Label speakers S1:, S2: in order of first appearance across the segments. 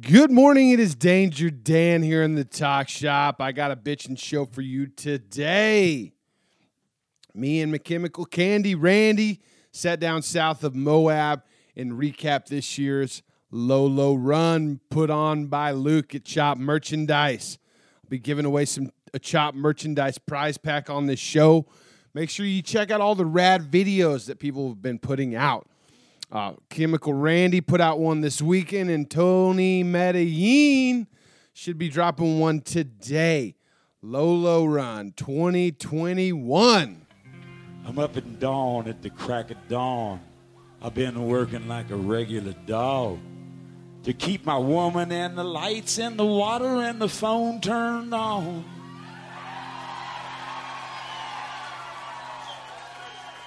S1: Good morning. It is Danger Dan here in the talk shop. I got a bitchin' show for you today. Me and McChemical Candy Randy sat down south of Moab and recap this year's Lolo Run put on by Luke at Chop Merchandise. I'll be giving away some a Chop Merchandise prize pack on this show. Make sure you check out all the rad videos that people have been putting out. Uh, Chemical Randy put out one this weekend, and Tony Medellin should be dropping one today. Lolo Run 2021.
S2: I'm up at dawn at the crack of dawn. I've been working like a regular dog to keep my woman and the lights and the water and the phone turned on.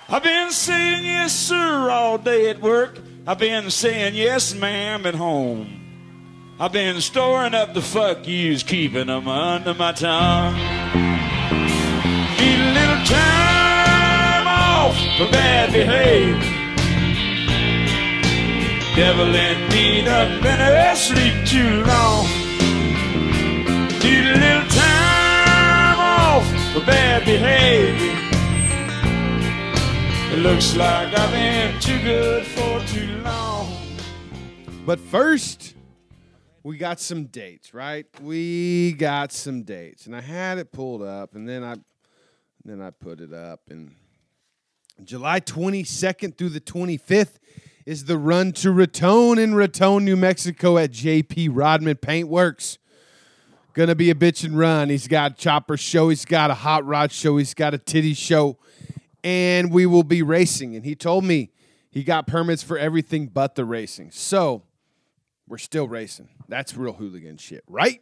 S2: I've been saying yes, sir, all day at work. I've been saying yes, ma'am, at home. I've been storing up the fuck yous, keeping them under my tongue. Need a little time off for bad behavior. Devil in me up and I sleep too long. Need a little time off for bad behavior. It looks like I've been too good for too long.
S1: But first, we got some dates, right? We got some dates, and I had it pulled up, and then I, then I put it up, and July 22nd through the 25th is the run to Raton in Raton, New Mexico, at J.P. Rodman Paintworks. Gonna be a bitch and run. He's got a chopper show. He's got a hot rod show. He's got a titty show, and we will be racing. And he told me he got permits for everything but the racing. So we're still racing. That's real hooligan shit, right?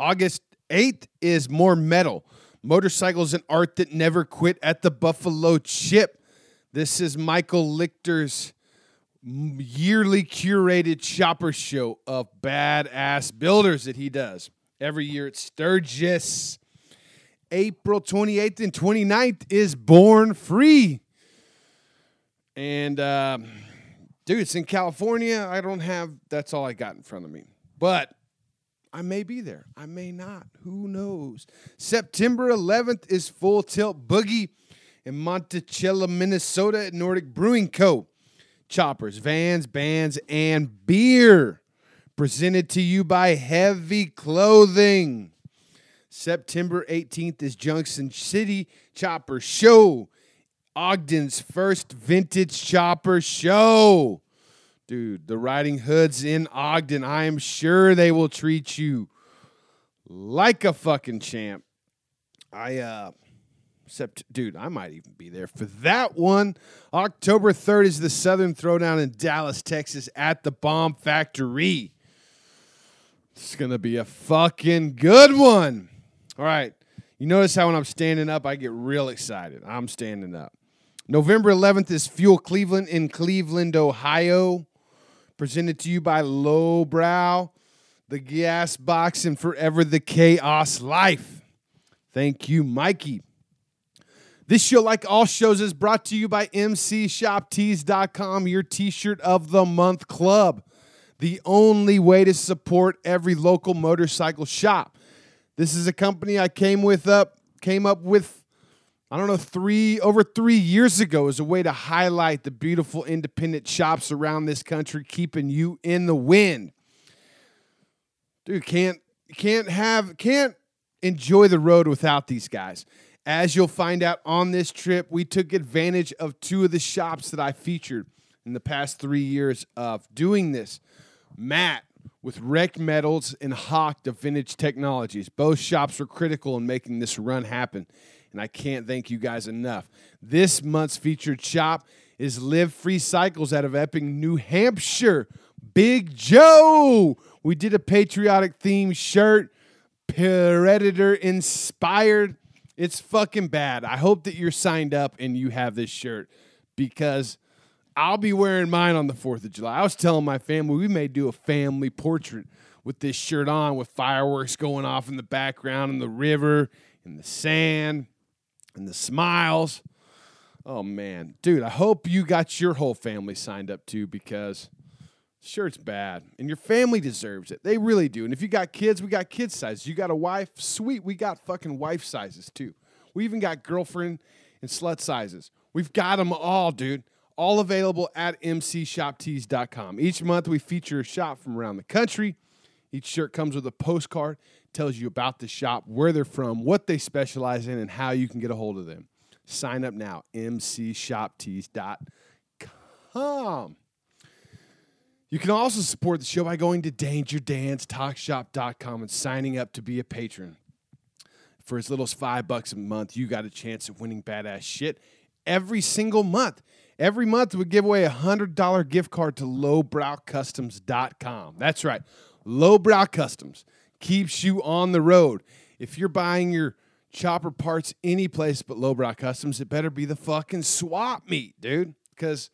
S1: August 8th is more metal. Motorcycles and art that never quit at the Buffalo Chip. This is Michael Lichter's m- yearly curated shopper show of badass builders that he does every year at Sturgis. April 28th and 29th is Born Free. And um, dude, it's in California. I don't have, that's all I got in front of me. But I may be there. I may not. Who knows? September 11th is Full Tilt Boogie in Monticello, Minnesota at Nordic Brewing Co. Choppers, vans, bands, and beer. Presented to you by Heavy Clothing. September 18th is Junction City Chopper Show. Ogden's first vintage chopper show. Dude, the Riding Hoods in Ogden, I am sure they will treat you like a fucking champ. I, uh, Sept- dude, I might even be there for that one. October 3rd is the Southern Throwdown in Dallas, Texas at the Bomb Factory. It's gonna be a fucking good one. All right. You notice how when I'm standing up, I get real excited. I'm standing up. November 11th is Fuel Cleveland in Cleveland, Ohio. Presented to you by Lowbrow, The Gas Box, and Forever the Chaos Life. Thank you, Mikey. This show, like all shows, is brought to you by MCShopTees.com, your t shirt of the month club. The only way to support every local motorcycle shop. This is a company I came with up came up with I don't know three over three years ago as a way to highlight the beautiful independent shops around this country, keeping you in the wind. Dude, can't can't have can't enjoy the road without these guys. As you'll find out on this trip, we took advantage of two of the shops that I featured in the past three years of doing this. Matt with Wrecked Metals and Hawk to Vintage Technologies. Both shops were critical in making this run happen, and I can't thank you guys enough. This month's featured shop is Live Free Cycles out of Epping, New Hampshire. Big Joe! We did a patriotic themed shirt, Predator inspired. It's fucking bad. I hope that you're signed up and you have this shirt because I'll be wearing mine on the 4th of July. I was telling my family we may do a family portrait with this shirt on with fireworks going off in the background and the river and the sand and the smiles. Oh man, dude, I hope you got your whole family signed up too because Sure, it's bad. And your family deserves it. They really do. And if you got kids, we got kid sizes. You got a wife, sweet. We got fucking wife sizes too. We even got girlfriend and slut sizes. We've got them all, dude. All available at mcshoptees.com. Each month, we feature a shop from around the country. Each shirt comes with a postcard, tells you about the shop, where they're from, what they specialize in, and how you can get a hold of them. Sign up now, mcshoptees.com. You can also support the show by going to dangerdancetalkshop.com and signing up to be a patron. For as little as five bucks a month, you got a chance of winning badass shit every single month. Every month, we give away a $100 gift card to lowbrowcustoms.com. That's right, Lowbrow Customs keeps you on the road. If you're buying your chopper parts any place but Lowbrow Customs, it better be the fucking swap meet, dude, because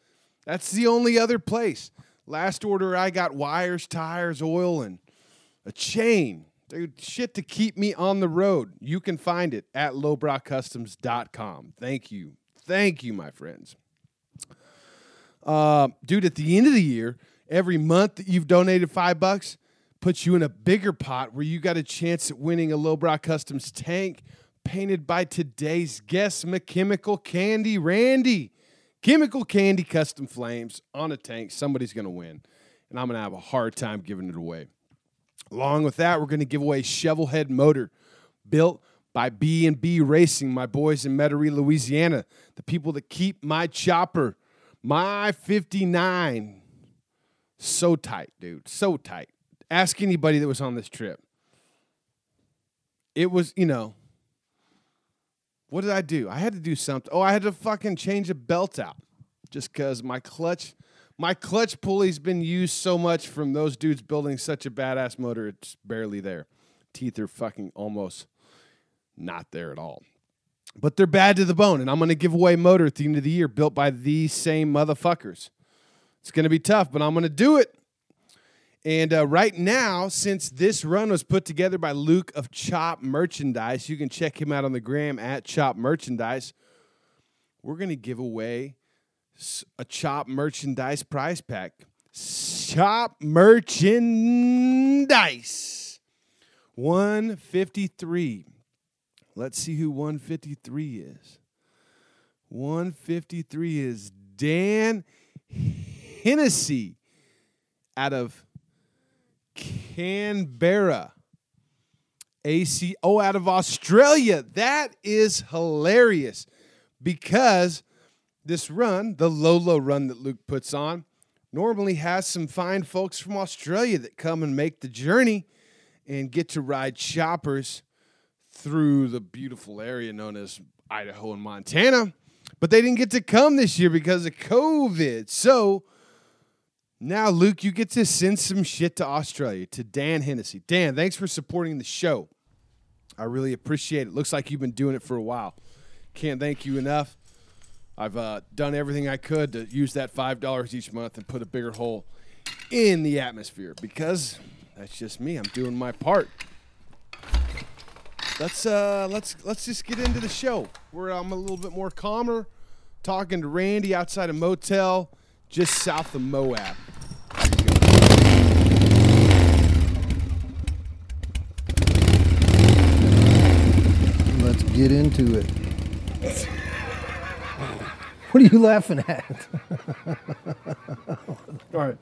S1: that's the only other place. Last order, I got wires, tires, oil, and a chain. Dude, shit to keep me on the road. You can find it at lowbrowcustoms.com. Thank you. Thank you, my friends. Uh, dude, at the end of the year, every month that you've donated five bucks puts you in a bigger pot where you got a chance at winning a Lowbrow Customs tank painted by today's guest, McChemical Candy Randy. Chemical Candy Custom Flames on a tank. Somebody's going to win, and I'm going to have a hard time giving it away. Along with that, we're going to give away Shovel Head Motor, built by B&B Racing, my boys in Metairie, Louisiana, the people that keep my chopper, my 59, so tight, dude, so tight. Ask anybody that was on this trip. It was, you know, what did I do? I had to do something. Oh, I had to fucking change a belt out just because my clutch, my clutch pulley's been used so much from those dudes building such a badass motor, it's barely there. Teeth are fucking almost not there at all. But they're bad to the bone, and I'm going to give away a motor at the end of the year built by these same motherfuckers. It's going to be tough, but I'm going to do it. And uh, right now, since this run was put together by Luke of Chop Merchandise, you can check him out on the gram at Chop Merchandise. We're going to give away s- a Chop Merchandise prize pack. Chop Merchandise 153. Let's see who 153 is. 153 is Dan Hennessy out of Canberra. ACO out of Australia. That is hilarious because this run, the Lolo run that Luke puts on, normally has some fine folks from Australia that come and make the journey and get to ride choppers through the beautiful area known as Idaho and Montana. But they didn't get to come this year because of COVID. So now, Luke, you get to send some shit to Australia to Dan Hennessy. Dan, thanks for supporting the show. I really appreciate it. Looks like you've been doing it for a while. Can't thank you enough. I've uh, done everything I could to use that $5 each month and put a bigger hole in the atmosphere because that's just me. I'm doing my part. Let's uh let's let's just get into the show. Where I'm a little bit more calmer, talking to Randy outside a motel just south of Moab.
S3: Let's get into it. What are you laughing at?
S1: All right.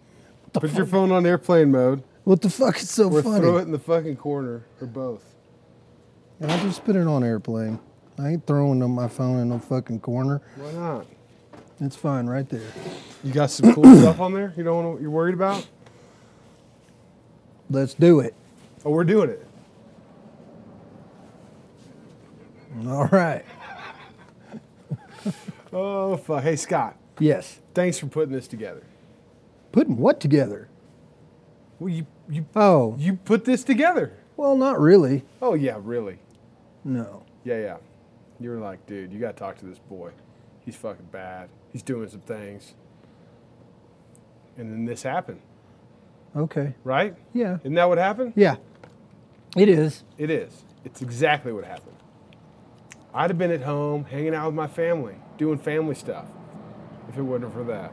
S1: Put your phone on airplane mode
S3: What the fuck is so
S1: or
S3: funny?
S1: throw it in the fucking corner or both.
S3: I just put it on airplane. I ain't throwing on my phone in no fucking corner.
S1: Why not?
S3: It's fine right there.
S1: You got some cool stuff on there you don't want you're worried about?
S3: Let's do it.
S1: Oh, we're doing it.
S3: All right.
S1: Oh, fuck. Hey, Scott.
S3: Yes.
S1: Thanks for putting this together.
S3: Putting what together?
S1: Well, you you
S3: Oh,
S1: you put this together.
S3: well, not really.
S1: Oh, yeah, really.
S3: No.
S1: Yeah, yeah. You were like, dude, you gotta talk to this boy. He's fucking bad. He's doing some things. And then this happened,
S3: Okay.
S1: right?
S3: Yeah.
S1: Isn't that what happened?
S3: Yeah. It is.
S1: It is. It's exactly what happened. I'd have been at home hanging out with my family, doing family stuff, if it wasn't for that.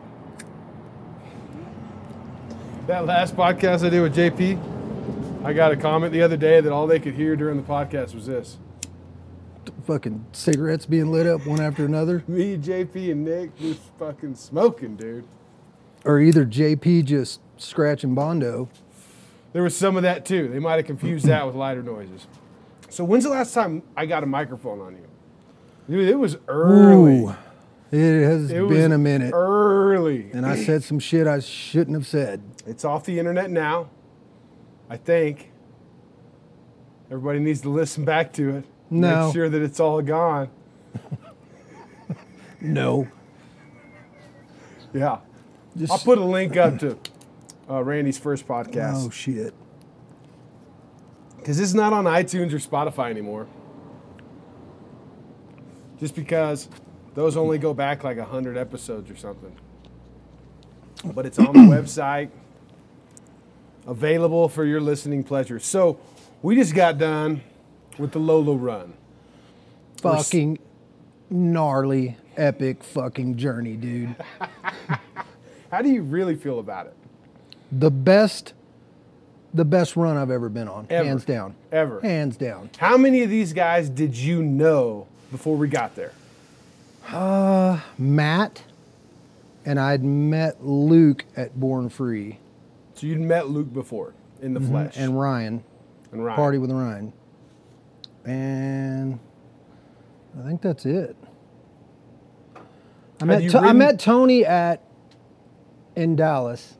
S1: that last podcast I did with JP, I got a comment the other day that all they could hear during the podcast was this.
S3: Fucking cigarettes being lit up one after another.
S1: Me, JP, and Nick just fucking smoking, dude.
S3: Or either JP just scratching Bondo.
S1: There was some of that too. They might have confused that with lighter noises. So when's the last time I got a microphone on you? Dude, it was early.
S3: Ooh. It has
S1: it was
S3: been a minute.
S1: Early.
S3: and I said some shit I shouldn't have said.
S1: It's off the internet now. I think. Everybody needs to listen back to it.
S3: No.
S1: Make sure that it's all gone.
S3: No.
S1: Yeah.
S3: Just,
S1: I'll put a link up to uh, Randy's first podcast.
S3: Oh shit.
S1: because it's not on iTunes or Spotify anymore. Just because those only go back like 100 episodes or something. But it's on the website, available for your listening pleasure. So we just got done with the Lolo run.
S3: Fucking gnarly, epic fucking journey, dude.
S1: How do you really feel about it?
S3: The best, the best run I've ever been on,
S1: Ever.
S3: hands down.
S1: Ever.
S3: Hands down.
S1: How many of these guys did you know before we got there?
S3: Matt and I'd met Luke at Born Free
S1: So you'd met Luke before in the flesh.
S3: Mm-hmm. and Ryan,
S1: and Ryan.
S3: Party with Ryan. And I think that's it. I met,
S1: you
S3: To- I
S1: ridden-
S3: met Tony at in Dallas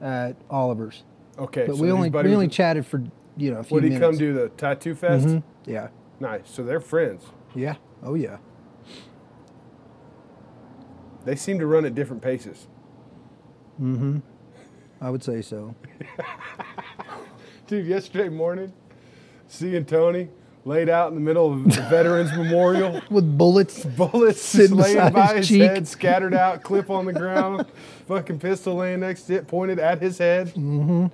S3: at Oliver's.
S1: Okay,
S3: But
S1: so
S3: we
S1: his
S3: only
S1: buddy was-
S3: we only chatted for you know a few
S1: What did he
S3: minutes. Mm-hmm.
S1: come do? The tattoo fest?
S3: Yeah,
S1: Nice. So they're friends.
S3: yeah, oh yeah.
S1: They seem to run at different paces.
S3: I would say so.
S1: Dude, yesterday morning, seeing Tony laid out in the middle of the Veterans Memorial,
S3: With bullets,
S1: bullets just
S3: Sitting
S1: laying
S3: beside
S1: by his,
S3: his cheek.
S1: head, scattered out, clip on the ground, fucking pistol laying next to it, pointed at his head. Mm-hmm.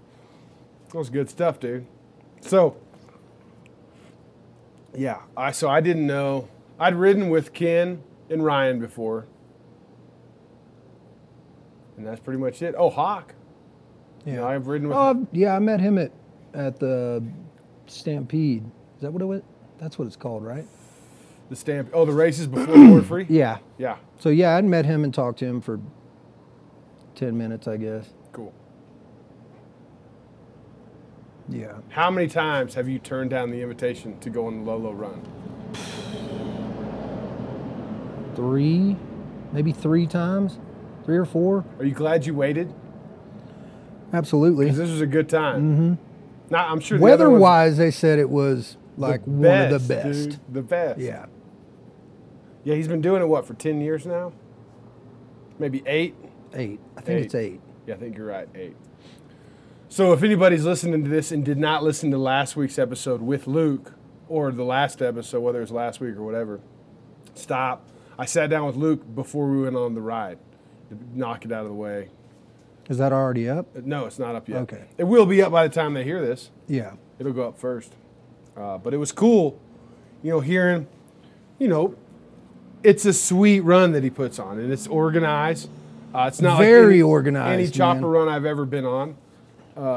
S1: That was good stuff, dude. So, yeah, I so I didn't know. I'd ridden with Ken and Ryan before, and that's pretty much it. Oh, Hawk. Yeah, I've ridden with.
S3: Oh I've- yeah, I met him at at the Stampede. Is that what it was? That's what it's called, right?
S1: The stamp. Oh, the races before Born Free.
S3: Yeah.
S1: Yeah.
S3: So yeah, I'd met him and talked to him for ten minutes, I guess.
S1: Cool.
S3: Yeah.
S1: How many times have you turned down the invitation to go on the Lolo Run?
S3: Three, maybe three times, three or four.
S1: Are you glad you waited?
S3: Absolutely.
S1: 'Cause this was a good time. Mm-hmm. Now I'm sure the other ones-
S3: Weather-wise, they said it was
S1: the
S3: like one of the best.
S1: dude, the best.
S3: Yeah.
S1: Yeah. He's been doing it what for ten years now? Maybe eight.
S3: Eight. I think it's
S1: Eight.
S3: eight.
S1: Yeah, I think you're right. Eight. So if anybody's listening to this and did not listen to last week's episode with Luke or the last episode, whether it's last week or whatever, stop. I sat down with Luke before we went on the ride to knock it out of the way.
S3: Is that already up?
S1: No, it's not up yet.
S3: Okay.
S1: It will be up by the time they hear this.
S3: Yeah.
S1: It'll go up first. Uh, but it was cool, you know, hearing, you know, it's a sweet run that he puts on, and it's organized. Uh, it's not like
S3: Very
S1: any-
S3: organized,
S1: Any chopper
S3: man.
S1: run I've ever been on, uh,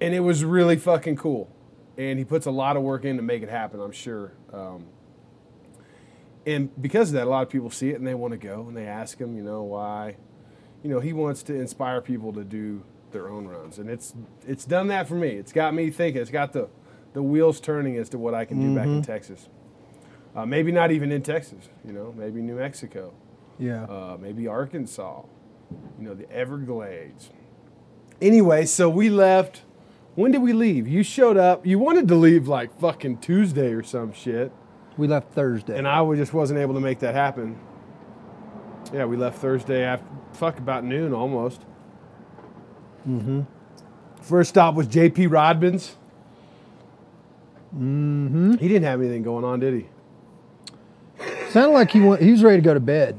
S1: and it was really fucking cool. And he puts a lot of work in to make it happen. I'm sure. Um, and because of that, a lot of people see it and they want to go and they ask him, you know, why. You know, he wants to inspire people to do their own runs, and it's it's done that for me. It's got me thinking. It's got the the wheels turning as to what I can do back in Texas. Uh, maybe not even in Texas. You know, maybe New Mexico
S3: Yeah.
S1: uh, maybe Arkansas, you know, the Everglades. Anyway, so we left. When did we leave? You showed up. You wanted to leave like fucking Tuesday or some shit,
S3: we left Thursday.
S1: and I wa- just wasn't able to make that happen. Yeah, we left Thursday after fuck about noon almost. Mm-hmm. First stop was J.P. Rodman's. Mm-hmm. He didn't have anything going on, did he?
S3: Sounded like he went, he was ready to go to bed.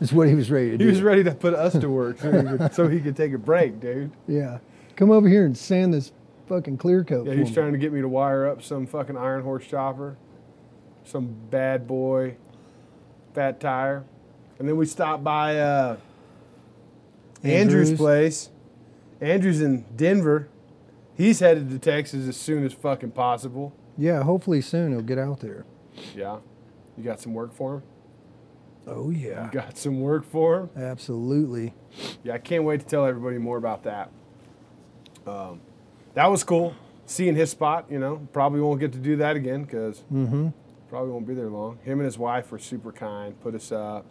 S3: is what he was ready to do.
S1: He was ready to put us to work so he could, so he could take a break, dude.
S3: Yeah. Come over here and sand this fucking clear coat.
S1: Yeah,
S3: for
S1: he's
S3: me.
S1: trying to get me to wire up some fucking iron horse chopper, some bad boy, fat tire, and then we stopped by uh, Andrew's. place, Andrew's in Denver. He's headed to Texas as soon as fucking possible.
S3: Yeah, hopefully soon he'll get out there.
S1: Yeah. You got some work for him?
S3: Oh yeah,
S1: You got some work for him?
S3: absolutely.
S1: Yeah, I can't wait to tell everybody more about that. Um, that was cool. Seeing his spot, you know, probably won't get to do that again because probably won't be there long. Him and his wife were super kind, put us up.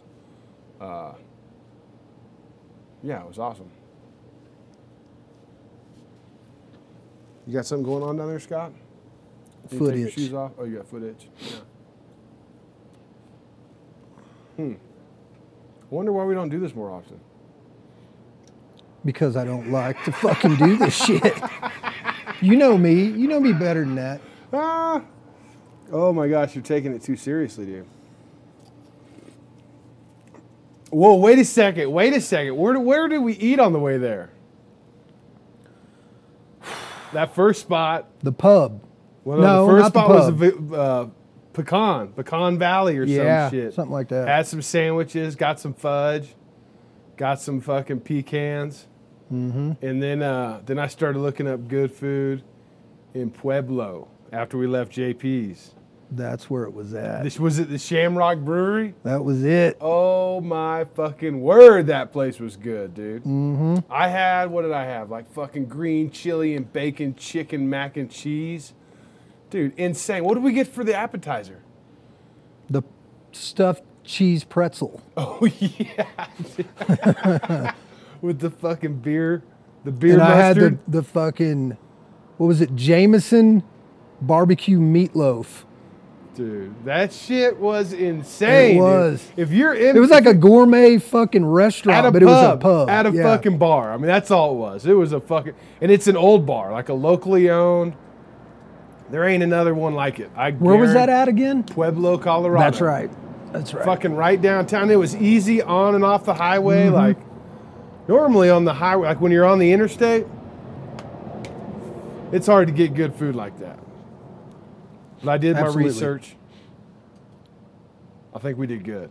S1: Uh, yeah, it was awesome. You got something going on down there, Scott? Did you take your
S3: Footage.
S1: shoes off? Oh, you got foot itch. Yeah. Hmm. Wonder why we don't do this more often.
S3: because I don't like to fucking do this shit. You know me. You know me better than that.
S1: Ah! Oh my gosh, you're taking it too seriously, dude. Whoa, wait a second. Wait a second. Where, do- where did we eat on the way there? That first spot.
S3: The pub.
S1: Well,
S3: No,
S1: the first
S3: not the
S1: spot
S3: pub.
S1: was the, vi- uh, pecan, pecan valley or
S3: yeah,
S1: some shit.
S3: something like that.
S1: Had some sandwiches, got some fudge, got some fucking pecans, mm-hmm. and then uh, then I started looking up good food in Pueblo after we left JP's.
S3: That's where it was at.
S1: This was at the Shamrock Brewery.
S3: that was it.
S1: Oh my fucking word, that place was good, dude. Mm-hmm. I had what did I have? Like fucking green chili and bacon, chicken, mac and cheese, dude. Insane. What did we get for the appetizer?
S3: The stuffed cheese pretzel.
S1: Oh yeah, with the fucking beer, the beer
S3: and I had
S1: mustard.
S3: the, the fucking what was it? Jameson barbecue meatloaf.
S1: Dude, that shit was insane. dude.
S3: was.
S1: If you're in,
S3: It was like a gourmet fucking restaurant,
S1: at a
S3: but
S1: pub,
S3: it was a pub.
S1: at a
S3: yeah.
S1: fucking bar. I mean, that's all it was. It was a fucking, and it's an old bar, like a locally owned. There ain't another one like it. I
S3: Where was that
S1: guarantee-
S3: at again?
S1: Pueblo, Colorado.
S3: That's right. That's right.
S1: Fucking right downtown. It was easy on and off the highway.
S3: Mm-hmm.
S1: Like normally on the highway, like when you're on the interstate, it's hard to get good food like that. But I did my
S3: Absolutely.
S1: research. I think we did good.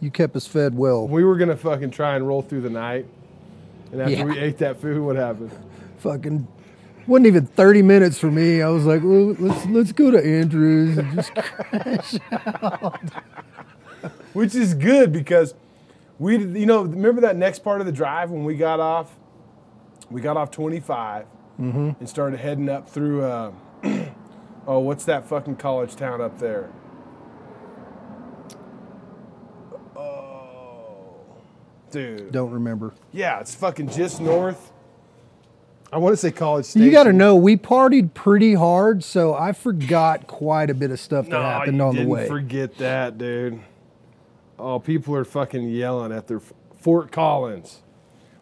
S3: You kept us fed well.
S1: We were gonna fucking try and roll through the night. And after
S3: Yeah.
S1: we ate that food, what happened?
S3: fucking wasn't even 30 minutes for me. I was like, well, let's let's go to Andrews and just
S1: Which is good because we, did- you know, remember that next part of the drive when we got off, we got off 25 and started heading up through, uh, oh, what's that fucking college town up there? Oh, dude.
S3: don't remember.
S1: Yeah, it's fucking just north. I want to say College Station.
S3: You got to know we partied pretty hard, so I forgot quite a bit of stuff that
S1: No,
S3: happened
S1: you
S3: on the
S1: didn't
S3: way.
S1: Forget that, dude. Oh, people are fucking yelling at their Fort Collins.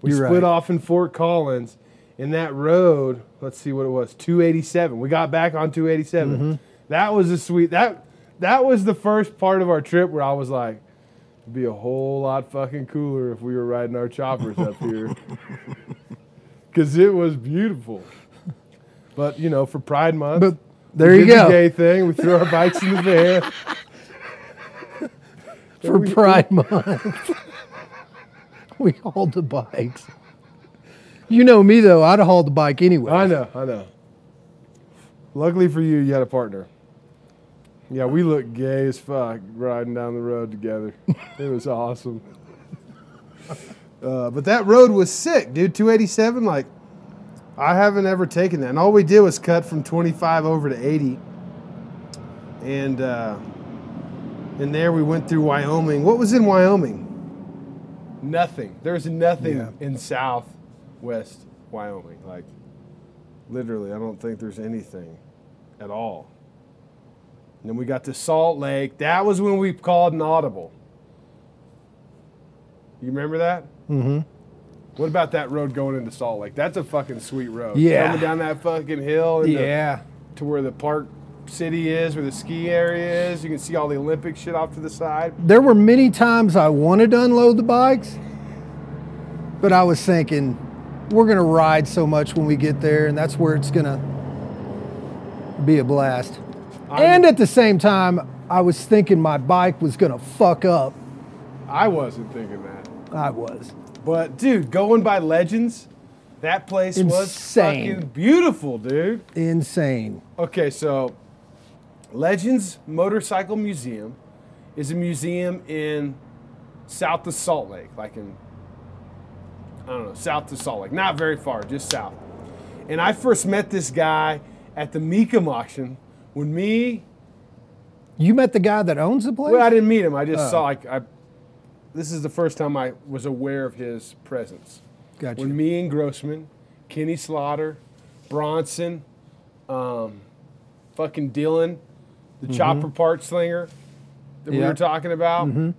S1: We
S3: You're
S1: split
S3: right.
S1: off in Fort Collins, and that road. Let's see what it was. Two eighty seven. We got back on two eighty
S3: Mm-hmm.
S1: That was a sweet. That that was the first part of our trip where I was like, "It'd be a whole lot fucking cooler if we were riding our choppers up here." Because it was beautiful. But, you know, for Pride Month.
S3: But
S1: we
S3: there you
S1: did The
S3: go.
S1: gay thing. We threw our bikes in the van.
S3: for Pride Month. we hauled the bikes. You know me though, I'd have hauled the bike anyway.
S1: I know, I know. Luckily for you, you had a partner. Yeah, we looked gay as fuck riding down the road together. It was awesome. Uh, but that road was sick, dude. 287, like, I haven't ever taken that. And all we did was cut from 25 over to 80. And, uh, and there we went through Wyoming. What was in Wyoming? Nothing. There's nothing
S3: Yeah.
S1: in southwest Wyoming. Like, literally, I don't think there's anything at all. And then we got to Salt Lake. That was when we called an audible. You remember that? Mm-hmm. What about that road going into Salt Lake? That's a fucking sweet road.
S3: Yeah.
S1: Coming down that fucking hill. into-
S3: Yeah.
S1: to where the park city is, where the ski area is. You can see all the Olympic shit off to the side.
S3: There were many times I wanted to unload the bikes, but I was thinking we're going to ride so much when we get there and that's where it's going to be a blast. and at the same time, I was thinking my bike was going to fuck up.
S1: I wasn't thinking that.
S3: I was.
S1: But dude, going by legends, That place was
S3: Insane.
S1: fucking beautiful, dude.
S3: Insane.
S1: Okay, so Legends Motorcycle Museum is a museum in south of Salt Lake, like in I don't know, south of Salt Lake, not very far, just south. And I first met this guy at the Mecum auction when me
S3: You met the guy that owns the place?
S1: well, I didn't meet him. I just saw like I. This is the first time I was aware of his presence.
S3: Gotcha.
S1: When me and Grossman, Kenny Slaughter, Bronson, um, fucking Dylan, the chopper part slinger that we
S3: Yeah.
S1: were talking about, and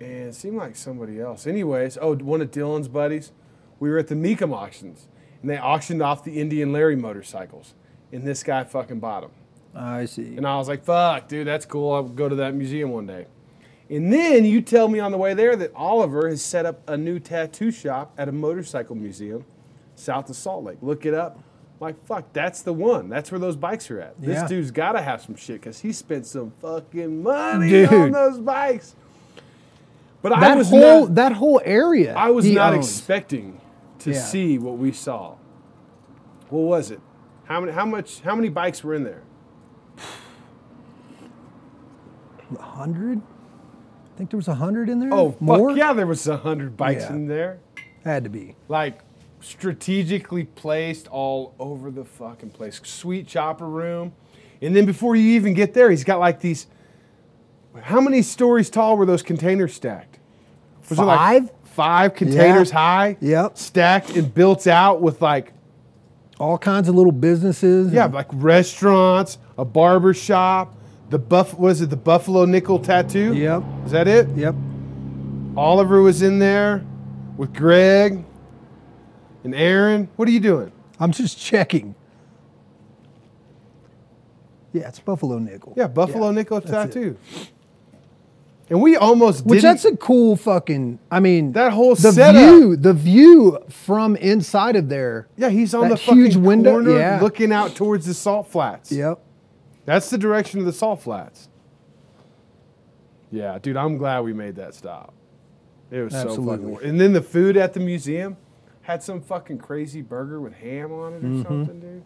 S1: it seemed like somebody else. Anyways, oh, one of Dylan's buddies, we were at the Mecum auctions, and they auctioned off the Indian Larry motorcycles, and this guy fucking bought them.
S3: I see.
S1: And I was like, fuck, dude, that's cool. I'll go to that museum one day. And then you tell me on the way there that Oliver has set up a new tattoo shop at a motorcycle museum south of Salt Lake. Look it up. I'm like, fuck, that's the one. That's where those bikes are at. This
S3: Yeah.
S1: dude's got to have some shit because he spent some fucking money on
S3: Dude.
S1: those bikes. But I
S3: that
S1: was
S3: whole
S1: not,
S3: that whole area.
S1: I was
S3: he
S1: not
S3: owns.
S1: expecting to
S3: Yeah.
S1: see what we saw. What was it? How many? How much? How many bikes were in there?
S3: 100? I think there was 100 in there?
S1: Oh,
S3: More?
S1: fuck yeah, there was a hundred bikes
S3: Yeah.
S1: in there.
S3: Had to be.
S1: Like strategically placed all over the fucking place. Sweet chopper room. And then before you even get there, he's got like these how many stories tall were those containers stacked? Was
S3: Five?
S1: five containers
S3: Yeah.
S1: high?
S3: Yep.
S1: Stacked and built out with like
S3: All kinds of little businesses.
S1: yeah,
S3: and-
S1: like restaurants, a barber shop, the buff was it the Buffalo Nickel tattoo?
S3: Yep.
S1: Is that it?
S3: Yep.
S1: Oliver was in there with Greg and Aaron. What are you doing?
S3: I'm just checking. Yeah, it's Buffalo Nickel.
S1: Yeah, Buffalo Nickel
S3: that's it.
S1: tattoo. And we almost
S3: Which
S1: did
S3: that's a cool fucking. I mean,
S1: That whole
S3: the
S1: setup.
S3: view, the view from inside of there.
S1: yeah, he's on
S3: that
S1: the fucking
S3: huge window,
S1: corner
S3: yeah.
S1: looking out towards the salt flats.
S3: Yep.
S1: That's the direction of the salt flats. Yeah, dude, I'm glad we made that stop. It was so
S3: Absolutely.
S1: fucking wor- And then the food at the museum had some fucking crazy burger with ham on it or
S3: Mm-hmm.
S1: something, dude.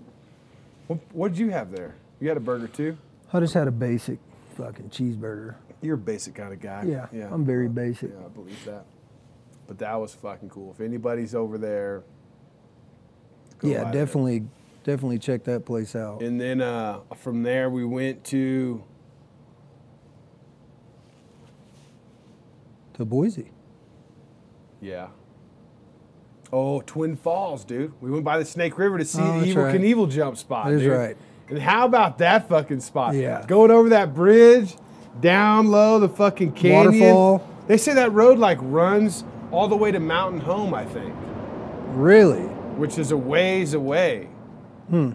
S1: What, what did you have there? You had a burger too?
S3: I just had a basic fucking cheeseburger.
S1: You're a basic kind of guy.
S3: Yeah, I'm very basic.
S1: Yeah, I believe that. But that was fucking cool. If anybody's over there, go
S3: yeah,
S1: by there.
S3: definitely, definitely check that place out.
S1: And then uh, from there, we went to
S3: to Boise.
S1: yeah. Oh, Twin Falls, dude. We went by the Snake River to see
S3: Oh,
S1: the
S3: that's
S1: Evil
S3: right.
S1: Knievel jump spot.
S3: That is
S1: dude.
S3: right.
S1: And how about that fucking spot?
S3: Yeah.
S1: Going over that bridge, down low, the fucking canyon.
S3: Waterfall.
S1: They say that road like runs all the way to Mountain Home, I think.
S3: Really?
S1: which is a ways away. Hmm.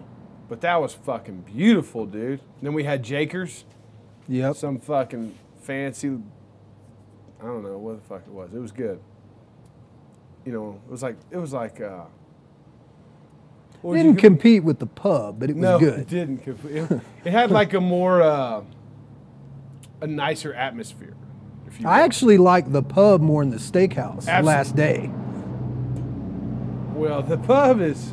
S1: But that was fucking beautiful, dude. Then we had Jakers,
S3: Yep.
S1: some fucking fancy. I don't know what the fuck it was. It was good. You know, it was like it was like. Uh, what would you
S3: Didn't
S1: give-
S3: compete with the pub, but it was
S1: no, it
S3: good.
S1: didn't. comp- It, it had like a more uh, a nicer atmosphere. If you
S3: I
S1: will.
S3: actually liked the pub more than the steakhouse
S1: Absolute-
S3: last day.
S1: well, the pub is.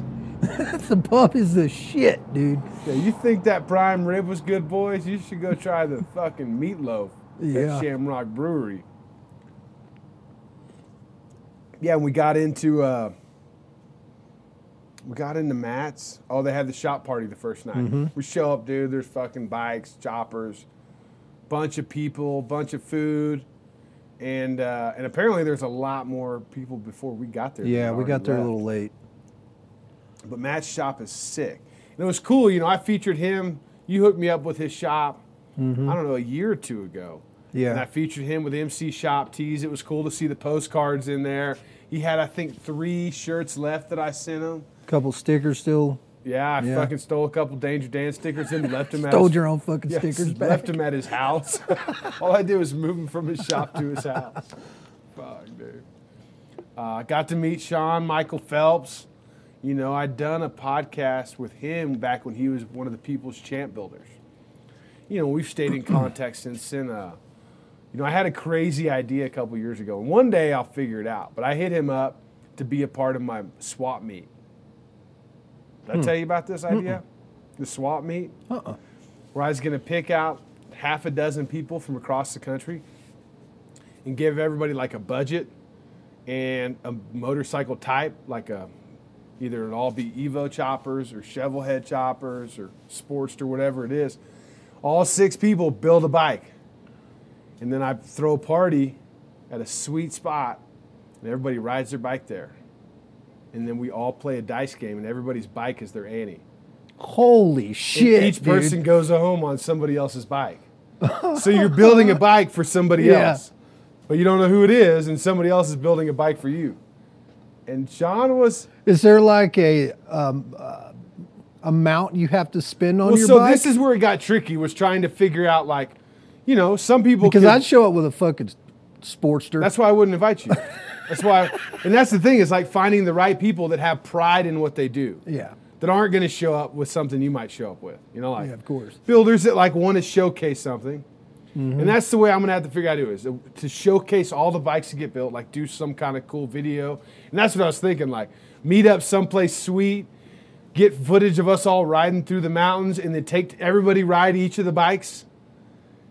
S3: the pub is the shit, dude.
S1: Yeah, you think that prime rib was good, boys? You should go try the fucking meatloaf
S3: Yeah.
S1: at Shamrock Brewery. Yeah, and we got into uh, we got into Matt's. Oh, they had the shop party the first night. We show up, dude. There's fucking bikes, choppers, bunch of people, bunch of food, and uh, and apparently there's a lot more people before we got there. than
S3: Yeah, we
S1: already
S3: got there a
S1: left.
S3: little late.
S1: But Matt's shop is sick. And it was cool, you know, I featured him. You hooked me up with his shop, I don't know, a year or two ago.
S3: Mm-hmm. Yeah.
S1: And I featured him with MC Shop Tees. It was cool to see the postcards in there. He had, I think, three shirts left that I sent him.
S3: Couple stickers still.
S1: Yeah, I
S3: Yeah.
S1: fucking stole a couple Danger Dan stickers and left them at
S3: Stole
S1: his-
S3: your own fucking
S1: Yes,
S3: stickers back.
S1: left him at his house. All I did was move him from his shop to his house. Fuck, dude. Uh, got to meet Sean Michael Phelps. You know, I'd done a podcast with him back when he was one of the People's Champ Builders. You know, we've stayed in contact since then. Uh, you know, I had a crazy idea a couple years ago, and one day I'll figure it out. But I hit him up to be a part of my swap meet. Did
S3: Hmm.
S1: I tell you about this idea? The swap meet? Uh-uh. Where I was going to pick out half a dozen people from across the country and give everybody like a budget and a motorcycle type, like a either it'll all be Evo choppers or shovel head choppers or Sportster, whatever it is. All six people build a bike. And then I throw a party at a sweet spot and everybody rides their bike there. And then we all play a dice game and everybody's bike is their E. Annie.
S3: Holy shit.
S1: Each
S3: dude.
S1: person goes home on somebody else's bike. so you're building a bike for somebody
S3: Yeah.
S1: else, but you don't know who it is, and somebody else is building a bike for you. And Sean was
S3: Is there like a um, uh, amount you have to spend on
S1: well.
S3: your
S1: So
S3: bike?
S1: this is where it got tricky. Was trying to figure out like, you know, some people
S3: because
S1: could-
S3: I'd show up with a fucking Sportster.
S1: That's why I wouldn't invite you. That's why, and that's the thing is like finding the right people that have pride in what they do.
S3: yeah.
S1: that aren't going to show up with something you might show up with. You know, like
S3: Yeah, of course.
S1: builders that like want to showcase something,
S3: Mm-hmm.
S1: and that's the way I'm going to have to figure out who is to showcase all the bikes that get built. Like do some kind of cool video, and that's what I was thinking. Like meet up someplace sweet, get footage of us all riding through the mountains, and then take everybody ride each of the bikes,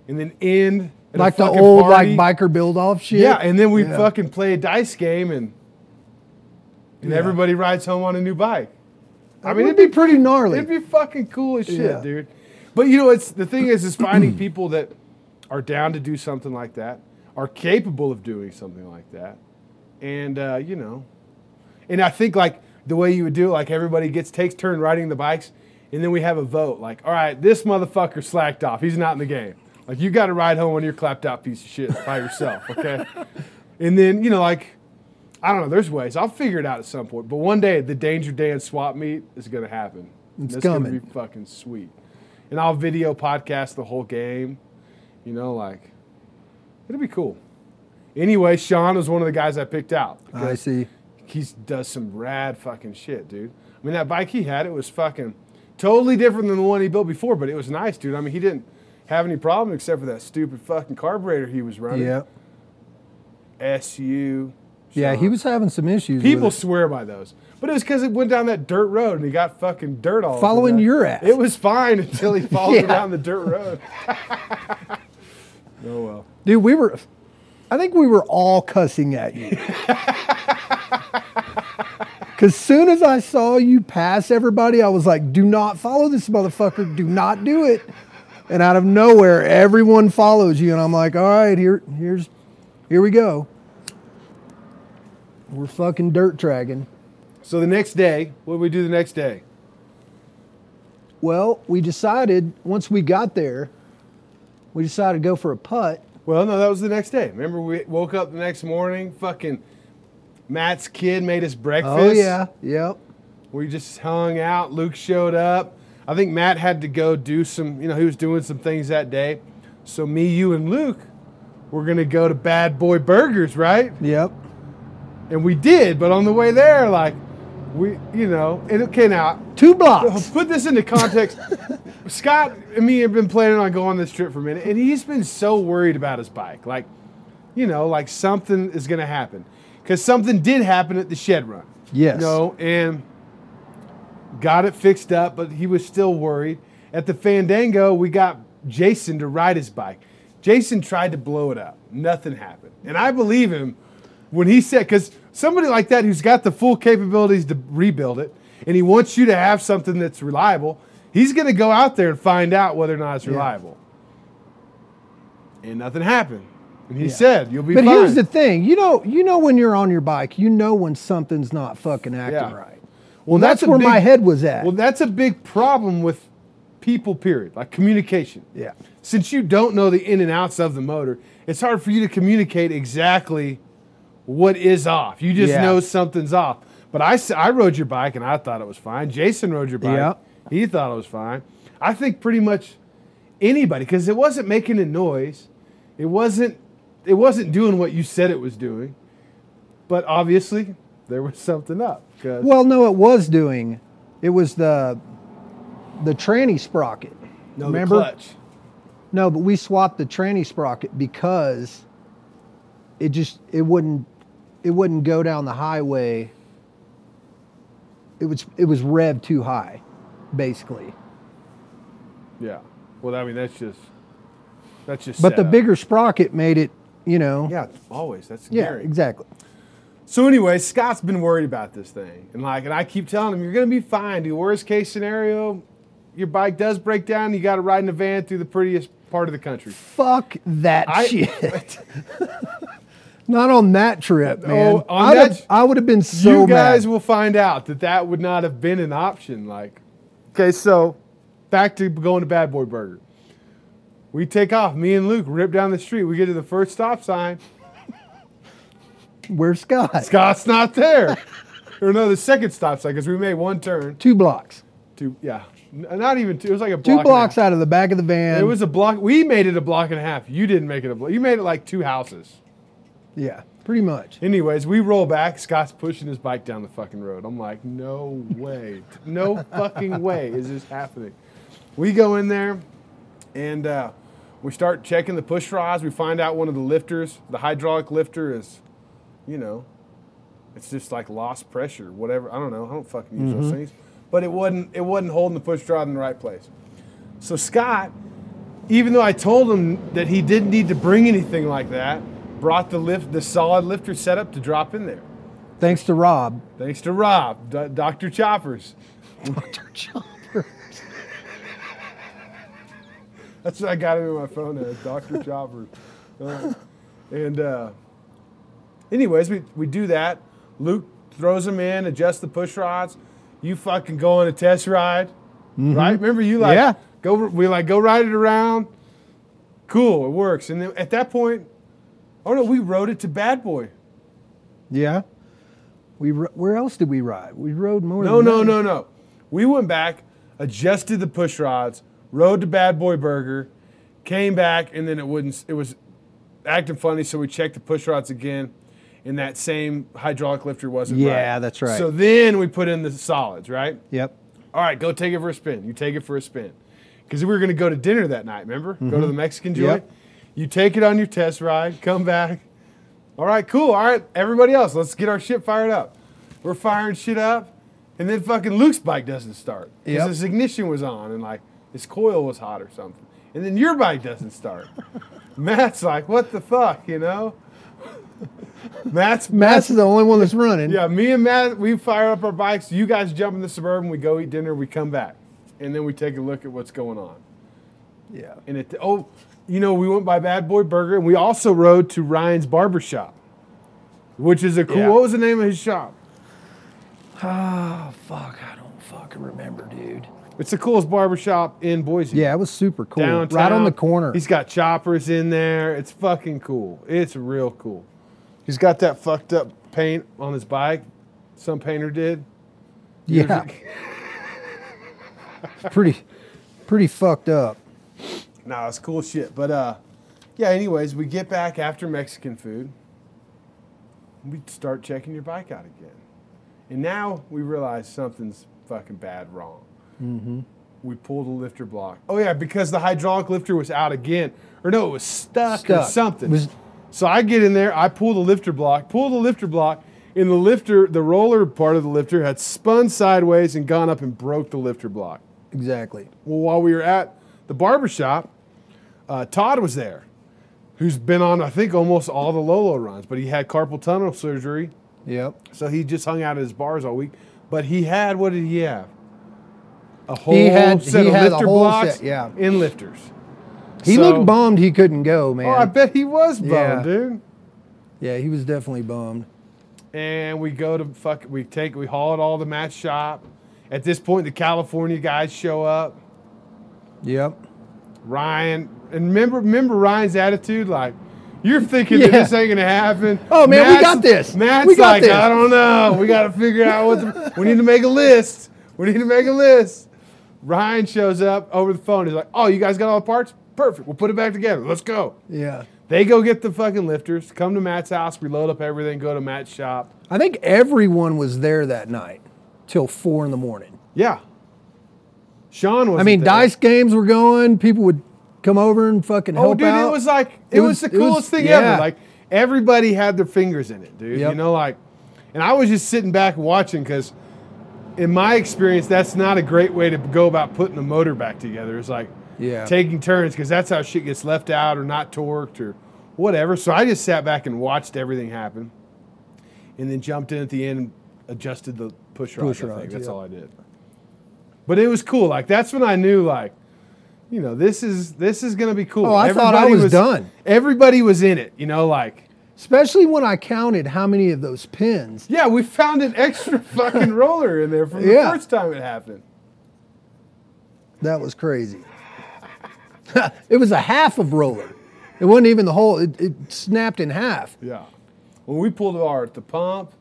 S1: and then end at a
S3: Like the
S1: fucking
S3: old
S1: party.
S3: like biker build off shit.
S1: Yeah, and then we
S3: Yeah.
S1: fucking play a dice game and and
S3: Yeah.
S1: everybody rides home on a new bike. I mean,
S3: would
S1: it'd
S3: be
S1: be
S3: pretty gnarly.
S1: It'd be fucking cool as shit,
S3: Yeah.
S1: dude. But you know, it's the thing is, is finding people that are down to do something like that, are capable of doing something like that, and uh, you know, and I think like the way you would do it, like everybody gets takes turn riding the bikes, and then we have a vote. Like, all right, this motherfucker slacked off. He's not in the game. Like, you got to ride home on your clapped out piece of shit by yourself, okay? and then you know, like, I don't know. There's ways. I'll figure it out at some point. But one day, the Danger Dan swap meet is gonna happen.
S3: It's
S1: That's gonna
S3: coming.
S1: be fucking sweet. And I'll video podcast the whole game. You know, like, it'll be cool. Anyway, Sean was one of the guys I picked out
S3: I see.
S1: he does some rad fucking shit, dude. I mean, that bike he had, it was fucking totally different than the one he built before, but it was nice, dude. I mean, he didn't have any problem except for that stupid fucking carburetor he was running.
S3: Yeah.
S1: SU.
S3: Yeah,
S1: Sean.
S3: he was having some issues.
S1: People
S3: with it.
S1: swear by those, but it was because it went down that dirt road and he got fucking dirt all over
S3: Following
S1: that.
S3: your ass.
S1: It was fine until he followed
S3: Yeah.
S1: it down the dirt road. oh well.
S3: Dude, we were. I think we were all cussing at you. Because soon as I saw you pass everybody, I was like, do not follow this motherfucker. Do not do it. And out of nowhere, everyone follows you. And I'm like, all right, here, here's, here we go. We're fucking dirt dragging.
S1: So the next day, what did we do the next day?
S3: Well, we decided once we got there, we decided to go for a putt.
S1: Well, no, that was the next day. Remember, we woke up the next morning. Fucking Matt's kid made us breakfast.
S3: Oh, yeah. Yep.
S1: We just hung out. Luke showed up. I think Matt had to go do some, you know, he was doing some things that day. So, me, you, and Luke were going to go to Bad Boy Burgers, right?
S3: Yep.
S1: And we did, but on the way there, like, we, you know, and okay, now,
S3: Two blocks.
S1: put this into context. Scott and me have been planning on going on this trip for a minute, and he's been so worried about his bike. Like, you know, like something is going to happen. Because something did happen at the shed run.
S3: Yes.
S1: You know, and got it fixed up, but he was still worried. At the Fandango, we got Jason to ride his bike. Jason tried to blow it up. Nothing happened. And I believe him when he said, because somebody like that who's got the full capabilities to rebuild it, and he wants you to have something that's reliable, he's going to go out there and find out whether or not it's reliable. And nothing happened. And he said, "You'll be
S3: But
S1: fine."
S3: here's the thing, you know, you know when you're on your bike, you know when something's not fucking acting
S1: Yeah.
S3: right.
S1: well,
S3: That's,
S1: a
S3: where my
S1: big-
S3: head was at.
S1: Well, that's a big problem with people. Period, like communication.
S3: yeah,
S1: since you don't know the in and outs of the motor, it's hard for you to communicate exactly what is off. You just
S3: Yeah.
S1: know something's off. But I, s- I rode your bike and I thought it was fine. Jason rode your bike.
S3: Yeah.
S1: He thought it was fine. I think pretty much anybody because it wasn't making a noise. It wasn't it wasn't doing what you said it was doing. But obviously there was something up. 'cause-
S3: well, no, it was doing. It was the the tranny sprocket.
S1: no, the
S3: remember?
S1: clutch.
S3: No, but we swapped the tranny sprocket because it just it wouldn't it wouldn't go down the highway it was it was rev too high, basically.
S1: Yeah. Well, I mean, that's just that's just.
S3: But the
S1: setup.
S3: bigger sprocket made it, you know.
S1: Yeah, always. That's
S3: Yeah,
S1: scary.
S3: exactly.
S1: So anyway, Scott's been worried about this thing, and like, and I keep telling him, "You're gonna be fine, dude. Worst case scenario, your bike does break down. You got to ride in a van through the prettiest part of the country."
S3: Fuck that
S1: I-
S3: shit. Not on that trip, man.
S1: Oh, on
S3: I'd
S1: that-
S3: have- I would have been so
S1: you guys
S3: mad.
S1: will find out that that would not have been an option. Like, okay, so back to going to Bad Boy Burger. We take off. Me and Luke rip down the street. We get to the first stop sign.
S3: Where's Scott?
S1: Scott's not there. or no, the second stop sign because we made one turn.
S3: Two blocks.
S1: Two, yeah, N- not even two. It was like a
S3: Two
S1: block and a
S3: blocks
S1: half.
S3: out of the back of the van.
S1: It was a block. We made it a block and a half. You didn't make it a block. You made it like two houses.
S3: yeah, pretty much.
S1: Anyways, we roll back. Scott's pushing his bike down the fucking road. I'm like, no way. No fucking way is this happening. We go in there and uh, we start checking the push rods. We find out one of the lifters, the hydraulic lifter, is, you know, it's just like lost pressure, whatever. I don't know. I don't fucking use those things. But it wasn't it wasn't holding the push rod in the right place. So Scott, even though I told him that he didn't need to bring anything like that, brought the lift the solid lifter setup to drop in there.
S3: Thanks to Rob.
S1: Thanks to Rob, Do- Dr. Choppers. That's what I got him in my phone as Dr. Choppers. Uh, and uh, anyways, we, we do that. Luke throws him in, adjusts the push rods. You fucking go on a test ride, right? Remember you like
S3: Yeah.
S1: go we like go ride it around. Cool, it works. And then at that point, oh no, we rode it to Bad Boy.
S3: Yeah. We ro- where else did we ride? We rode more.
S1: No,
S3: than
S1: no,
S3: that.
S1: no, no. We went back, adjusted the push rods, rode to Bad Boy Burger, came back, and then it wouldn't. It was acting funny, so we checked the push rods again, and that same hydraulic lifter wasn't.
S3: Yeah,
S1: right.
S3: that's right.
S1: So then we put in the solids, right?
S3: Yep.
S1: All right, go take it for a spin. You take it for a spin, because we were going to go to dinner that night. Remember? Go to the Mexican joint.
S3: Mm-hmm. Yep.
S1: You take it on your test ride, come back. All right, cool. All right, everybody else, let's get our shit fired up. We're firing shit up, and then fucking Luke's bike doesn't start because
S3: Yep.
S1: his ignition was on and like his coil was hot or something. And then your bike doesn't start. Matt's like, what the fuck, you know? Matt's
S3: Matt's the only one that's running.
S1: yeah, me and Matt, we fire up our bikes. You guys jump in the suburban. We go eat dinner. We come back, and then we take a look at what's going on.
S3: Yeah.
S1: And it oh, you know, we went by Bad Boy Burger, and we also rode to Ryan's Barber Shop, which is a cool.
S3: Yeah.
S1: What was the name of his shop? Ah,
S3: Oh fuck! I don't fucking remember, dude.
S1: It's the coolest barber shop in Boise.
S3: Yeah, it was super cool.
S1: downtown.
S3: Right on the corner.
S1: He's got choppers in there. It's fucking cool. It's real cool. He's got that fucked up paint on his bike. Some painter did.
S3: yeah. pretty, pretty fucked up.
S1: Nah, it's cool shit. But uh, yeah. Anyways, we get back after Mexican food. We start checking your bike out again, and now we realize something's fucking bad wrong.
S3: Mm-hmm.
S1: We pulled a lifter block. Oh yeah, because the hydraulic lifter was out again, or no, it was stuck,
S3: Stuck.
S1: or something.
S3: Was-
S1: so I get in there, I pull the lifter block, pull the lifter block, and the lifter, the roller part of the lifter, had spun sideways and gone up and broke the lifter block.
S3: Exactly.
S1: Well, while we were at the barber shop, uh, Todd was there, who's been on, I think, almost all the Lolo runs, but he had carpal tunnel surgery,
S3: Yep.
S1: so he just hung out at his bars all week. But he had, what did he have? A whole
S3: had-
S1: set
S3: he
S1: of
S3: had a
S1: lifter
S3: whole
S1: blocks
S3: set, yeah.
S1: and lifters.
S3: He
S1: So-
S3: looked bummed he couldn't go, man.
S1: Oh, I bet he was bummed,
S3: Yeah.
S1: dude.
S3: Yeah, he was definitely bummed.
S1: and we go to fuck. We take we haul it all to Matt's shop. At this point, the California guys show up.
S3: Yep.
S1: Ryan and remember remember Ryan's attitude like. You're thinking
S3: Yeah.
S1: that this ain't gonna happen.
S3: Oh, man, we got this.
S1: Matt's
S3: We got
S1: like,
S3: this.
S1: I don't know. We gotta figure out what the, we need to make a list. We need to make a list. Ryan shows up over the phone. He's like, "Oh, you guys got all the parts? Perfect. We'll put it back together. Let's go."
S3: Yeah.
S1: They go get the fucking lifters. Come to Matt's house. We load up everything. Go to Matt's shop.
S3: I think everyone was there that night till four in the morning.
S1: Yeah. Sean was.
S3: I mean, dice games were going. People would come over and fucking help
S1: Oh, dude,
S3: out.
S1: it was like it,
S3: It
S1: was,
S3: was-
S1: the
S3: it was-
S1: coolest thing
S3: yeah.
S1: ever. Like everybody had their fingers in it, dude. You
S3: Yep.
S1: know, like, and I was just sitting back watching because in my experience, that's not a great way to go about putting the motor back together. It's like
S3: Yeah.
S1: taking turns because that's how shit gets left out or not torqued or whatever. So I just sat back and watched everything happen, and then jumped in at the end, and adjusted the push rod.
S3: Push
S1: I think.
S3: rods,
S1: That's
S3: yeah.
S1: all I did. But it was cool. Like that's when I knew like. You know, this is this is gonna be cool.
S3: Oh, I thought I was done.
S1: Everybody was in it, you know, like
S3: Especially when I counted how many of those pins.
S1: yeah, we found an extra fucking roller in there from the
S3: Yeah.
S1: first time it happened.
S3: That was crazy. it was a half of roller. It wasn't even the whole. It, it snapped in half.
S1: Yeah. When we pulled apart the pump,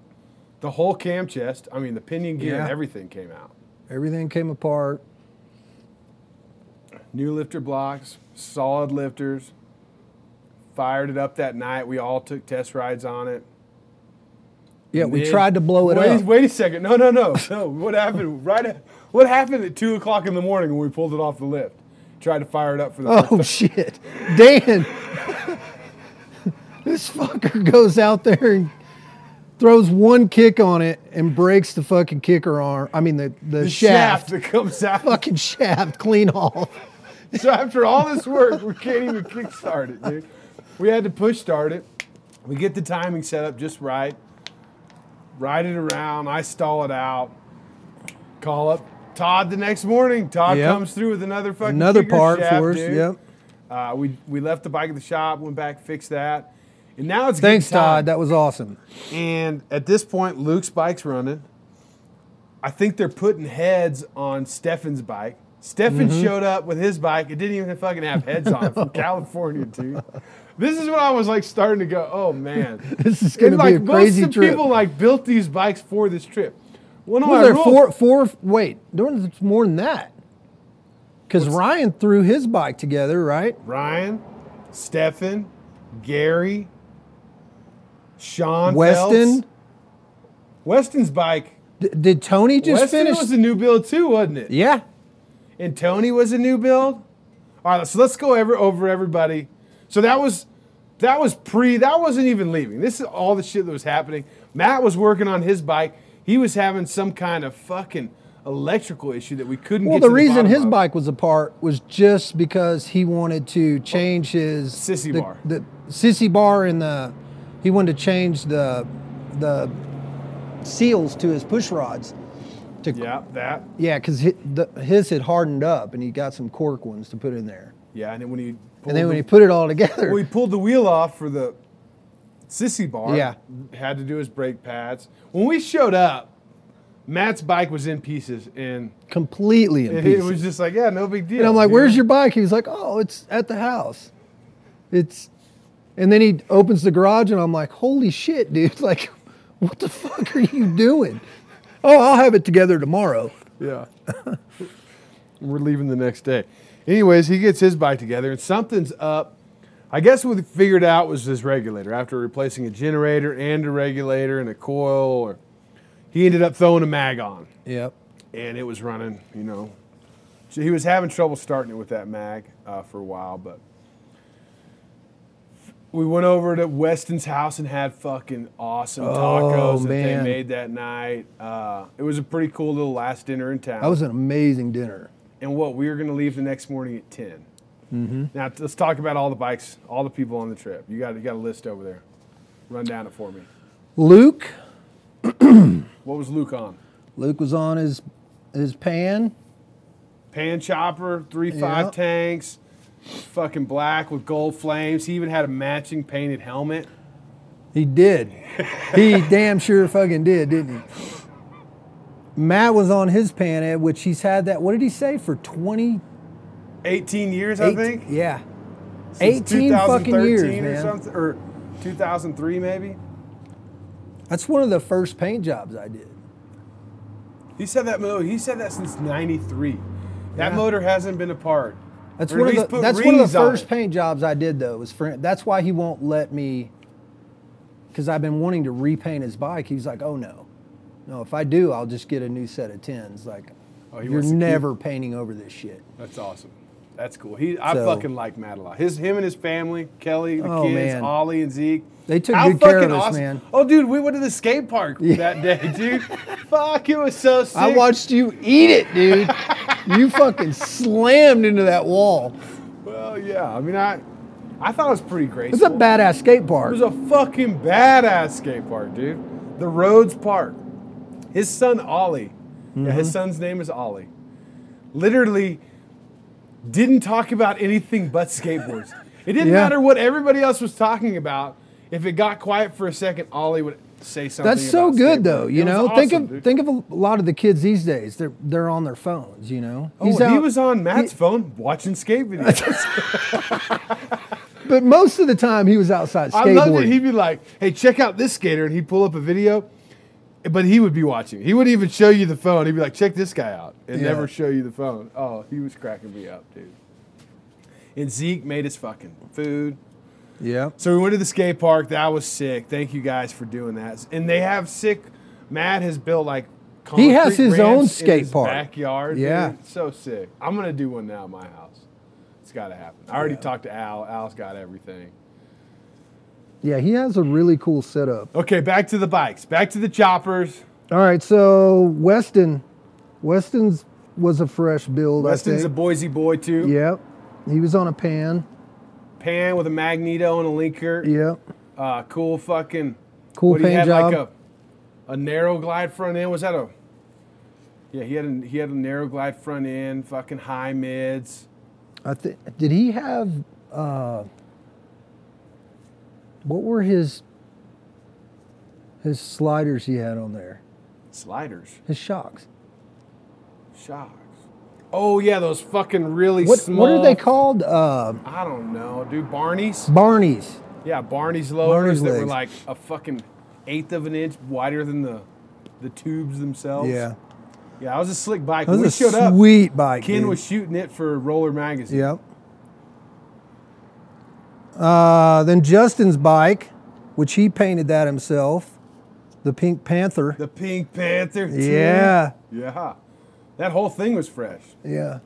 S1: the whole cam chest, I mean the pinion gear, and
S3: Yeah.
S1: everything came out.
S3: Everything came apart.
S1: New lifter blocks, solid lifters. Fired it up that night. We all took test rides on it.
S3: Yeah, we
S1: Then-
S3: tried to blow it
S1: wait,
S3: up.
S1: Wait a second. No, no, no. No. What happened? Right. At, what happened at two o'clock in the morning when we pulled it off the lift? Tried to fire it up for the first
S3: Oh shit, Dan! this fucker goes out there and throws one kick on it and breaks the fucking kicker arm. I mean the the,
S1: the shaft
S3: shaft.
S1: that comes out.
S3: fucking shaft clean off.
S1: So after all this work, we can't even kickstart it, dude. We had to push start it. We get the timing set up just right. Ride it around. I stall it out. Call up Todd the next morning. Todd
S3: Yep.
S1: comes through with another fucking
S3: Another
S1: kicker
S3: part
S1: shaft,
S3: for us.
S1: dude.
S3: Yep.
S1: Uh, we we left the bike at the shop. Went back, fixed that, and now it's
S3: Thanks,
S1: getting
S3: Todd.
S1: time.
S3: That was awesome.
S1: And at this point, Luke's bike's running. I think they're putting heads on Stefan's bike. Stefan
S3: Mm-hmm.
S1: showed up with his bike. It didn't even fucking have heads on it from California, dude. This is when I was like starting to go, oh man.
S3: This is gonna
S1: And,
S3: be
S1: like,
S3: a crazy
S1: most of the
S3: trip.
S1: people like built these bikes for this trip. One of
S3: was
S1: my
S3: there
S1: rules-
S3: four four? Wait, there was more than that. Because Ryan threw his bike together, right?
S1: Ryan, Stefan, Gary, Sean
S3: Weston.
S1: Phelps. Weston's bike.
S3: D- did Tony just
S1: Weston
S3: finish?
S1: was a new build too, wasn't it?
S3: yeah.
S1: and Tony was a new build. All right, so let's go ever over everybody. So that was that was pre. That wasn't even leaving. This is all the shit that was happening. Matt was working on his bike. He was having some kind of fucking electrical issue that we couldn't.
S3: Well,
S1: get to
S3: the reason
S1: bottom
S3: his
S1: of.
S3: bike was apart was just because he wanted to change his
S1: Sissy
S3: the,
S1: bar.
S3: the sissy bar and the he wanted to change the the seals to his push rods. To,
S1: Yeah, that.
S3: yeah, because his had hardened up and he got some cork ones to put in there.
S1: Yeah, and then when he pulled
S3: And then when
S1: the,
S3: he put it all together,
S1: when he pulled the wheel off for the sissy bar,
S3: Yeah.
S1: had to do his brake pads. When we showed up, Matt's bike was in pieces, and
S3: completely in
S1: it,
S3: pieces.
S1: was just like, yeah, no big deal.
S3: And I'm like,
S1: dude.
S3: "Where's your bike?" He was like, "Oh, it's at the house." It's, and then he opens the garage, and I'm like, "Holy shit, dude! Like, what the fuck are you doing?" Oh, I'll have it together tomorrow.
S1: Yeah. We're leaving the next day. Anyways, he gets his bike together and something's up. I guess what he figured out was his regulator. After replacing a generator and a regulator and a coil, or he ended up throwing a mag on
S3: Yep.
S1: and it was running, you know. So he was having trouble starting it with that mag uh, for a while, but we went over to Weston's house and had fucking awesome tacos that they
S3: Oh, man.
S1: made that night. Uh, it was a pretty cool little last dinner in town
S3: That was an amazing dinner.
S1: and what we were going to leave the next morning at 10.
S3: Mm-hmm.
S1: Now let's talk about all the bikes, all the people on the trip. You got you got a list over there. Run down it for me.
S3: Luke,
S1: What was Luke on?
S3: Luke was on his his pan.
S1: Pan chopper, three five
S3: Yeah.
S1: tanks, fucking black with gold flames. He even had a matching painted helmet.
S3: He did. he damn sure fucking did, didn't he? Matt was on his pan, Ed, which he's had that. What did he say for 20?
S1: 18 years, I think.
S3: Yeah.
S1: Since
S3: 18 fucking
S1: 2013
S3: years,
S1: or
S3: man.
S1: something, or 2003 maybe.
S3: That's one of the first paint jobs I did.
S1: He said that motor. He said that since '93. That
S3: Yeah.
S1: motor hasn't been apart.
S3: That's
S1: Or at
S3: one of
S1: least
S3: the
S1: put
S3: that's one of the
S1: rings on
S3: first
S1: it.
S3: paint jobs I did though. Was for, that's why he won't let me because I've been wanting to repaint his bike. He's like, oh no, no. If I do, I'll just get a new set of tins. Like
S1: Oh, he
S3: you're
S1: wants to keep-
S3: never painting over this shit.
S1: That's awesome. That's cool. He, I
S3: So-
S1: fucking like Matt a lot. His, him and his family, Kelly, the
S3: Oh,
S1: kids,
S3: man.
S1: Ollie and Zeke.
S3: They took
S1: How
S3: good care
S1: fucking
S3: of us,
S1: awesome-
S3: man.
S1: Oh, dude, we went to the skate park that day, dude. Fuck, it was so sick.
S3: I watched you eat it, dude. you fucking slammed into that wall.
S1: Well, yeah. I mean, I, I thought it was pretty great.
S3: It's a badass skate park.
S1: It was a fucking badass skate park, dude. The Rhodes Park. His son Ollie. Yeah,
S3: Mm-hmm.
S1: his son's name is Ollie. Literally didn't talk about anything but skateboards. It didn't
S3: Yeah.
S1: matter what everybody else was talking about. If it got quiet for a second, Ollie would say something.
S3: That's so
S1: about skateboarding.
S3: good, though. You
S1: It was
S3: know, think
S1: awesome,
S3: of
S1: dude.
S3: think of a lot of the kids these days. They're they're on their phones. You know,
S1: Oh, he was on Matt's phone watching skate videos.
S3: but most of the time he was outside
S1: I love that
S3: skateboarding.
S1: he'd be like, "Hey, check out this skater," and he'd pull up a video, but he would be watching. He wouldn't even show you the phone. He'd be like, "Check this guy out," and
S3: Yeah.
S1: never show you the phone. Oh, he was cracking me up, dude. And Zeke made his fucking food.
S3: yeah,
S1: So we went to the skate park. That was sick. Thank you guys for doing that. And they have sick. Matt has built like.
S3: He has
S1: concrete
S3: his own
S1: ramps in
S3: skate
S1: his
S3: park.
S1: Backyard.
S3: Yeah.
S1: dude. so sick. I'm gonna do one now at my house. It's got to happen. I already talked to Al. Al's got everything.
S3: yeah, he has a really cool setup.
S1: Okay, back to the bikes. Back to the choppers.
S3: All right, so Weston, Weston's was a fresh build.
S1: Weston's
S3: I
S1: a
S3: think.
S1: Boise boy too.
S3: Yep, he was on a pan.
S1: Pan with a magneto and a linker.
S3: Yep,
S1: Uh, cool fucking.
S3: cool
S1: what
S3: pan
S1: he had
S3: job.
S1: like a, a narrow glide front end. Was that a? Yeah, he had a, he had a narrow glide front end. Fucking high mids.
S3: I thi- did he have uh, what were his his sliders he had on there?
S1: Sliders.
S3: His shocks.
S1: Shocks. Oh yeah, those fucking really
S3: What
S1: small.
S3: what are they called? Uh,
S1: I don't know, dude. Barney's.
S3: Barney's.
S1: Yeah, Barney's lowers
S3: Barney's
S1: that were
S3: legs.
S1: like a fucking eighth of an inch wider than the the tubes themselves. Yeah, that was a slick bike.
S3: that was
S1: when we
S3: a
S1: showed up,
S3: sweet bike.
S1: Ken
S3: dude.
S1: was shooting it for Roller Magazine.
S3: Yep. Uh, then Justin's bike, which he painted that himself, the Pink Panther.
S1: The Pink Panther. too.
S3: yeah,
S1: Yeah. That whole thing was fresh.
S3: yeah. Th-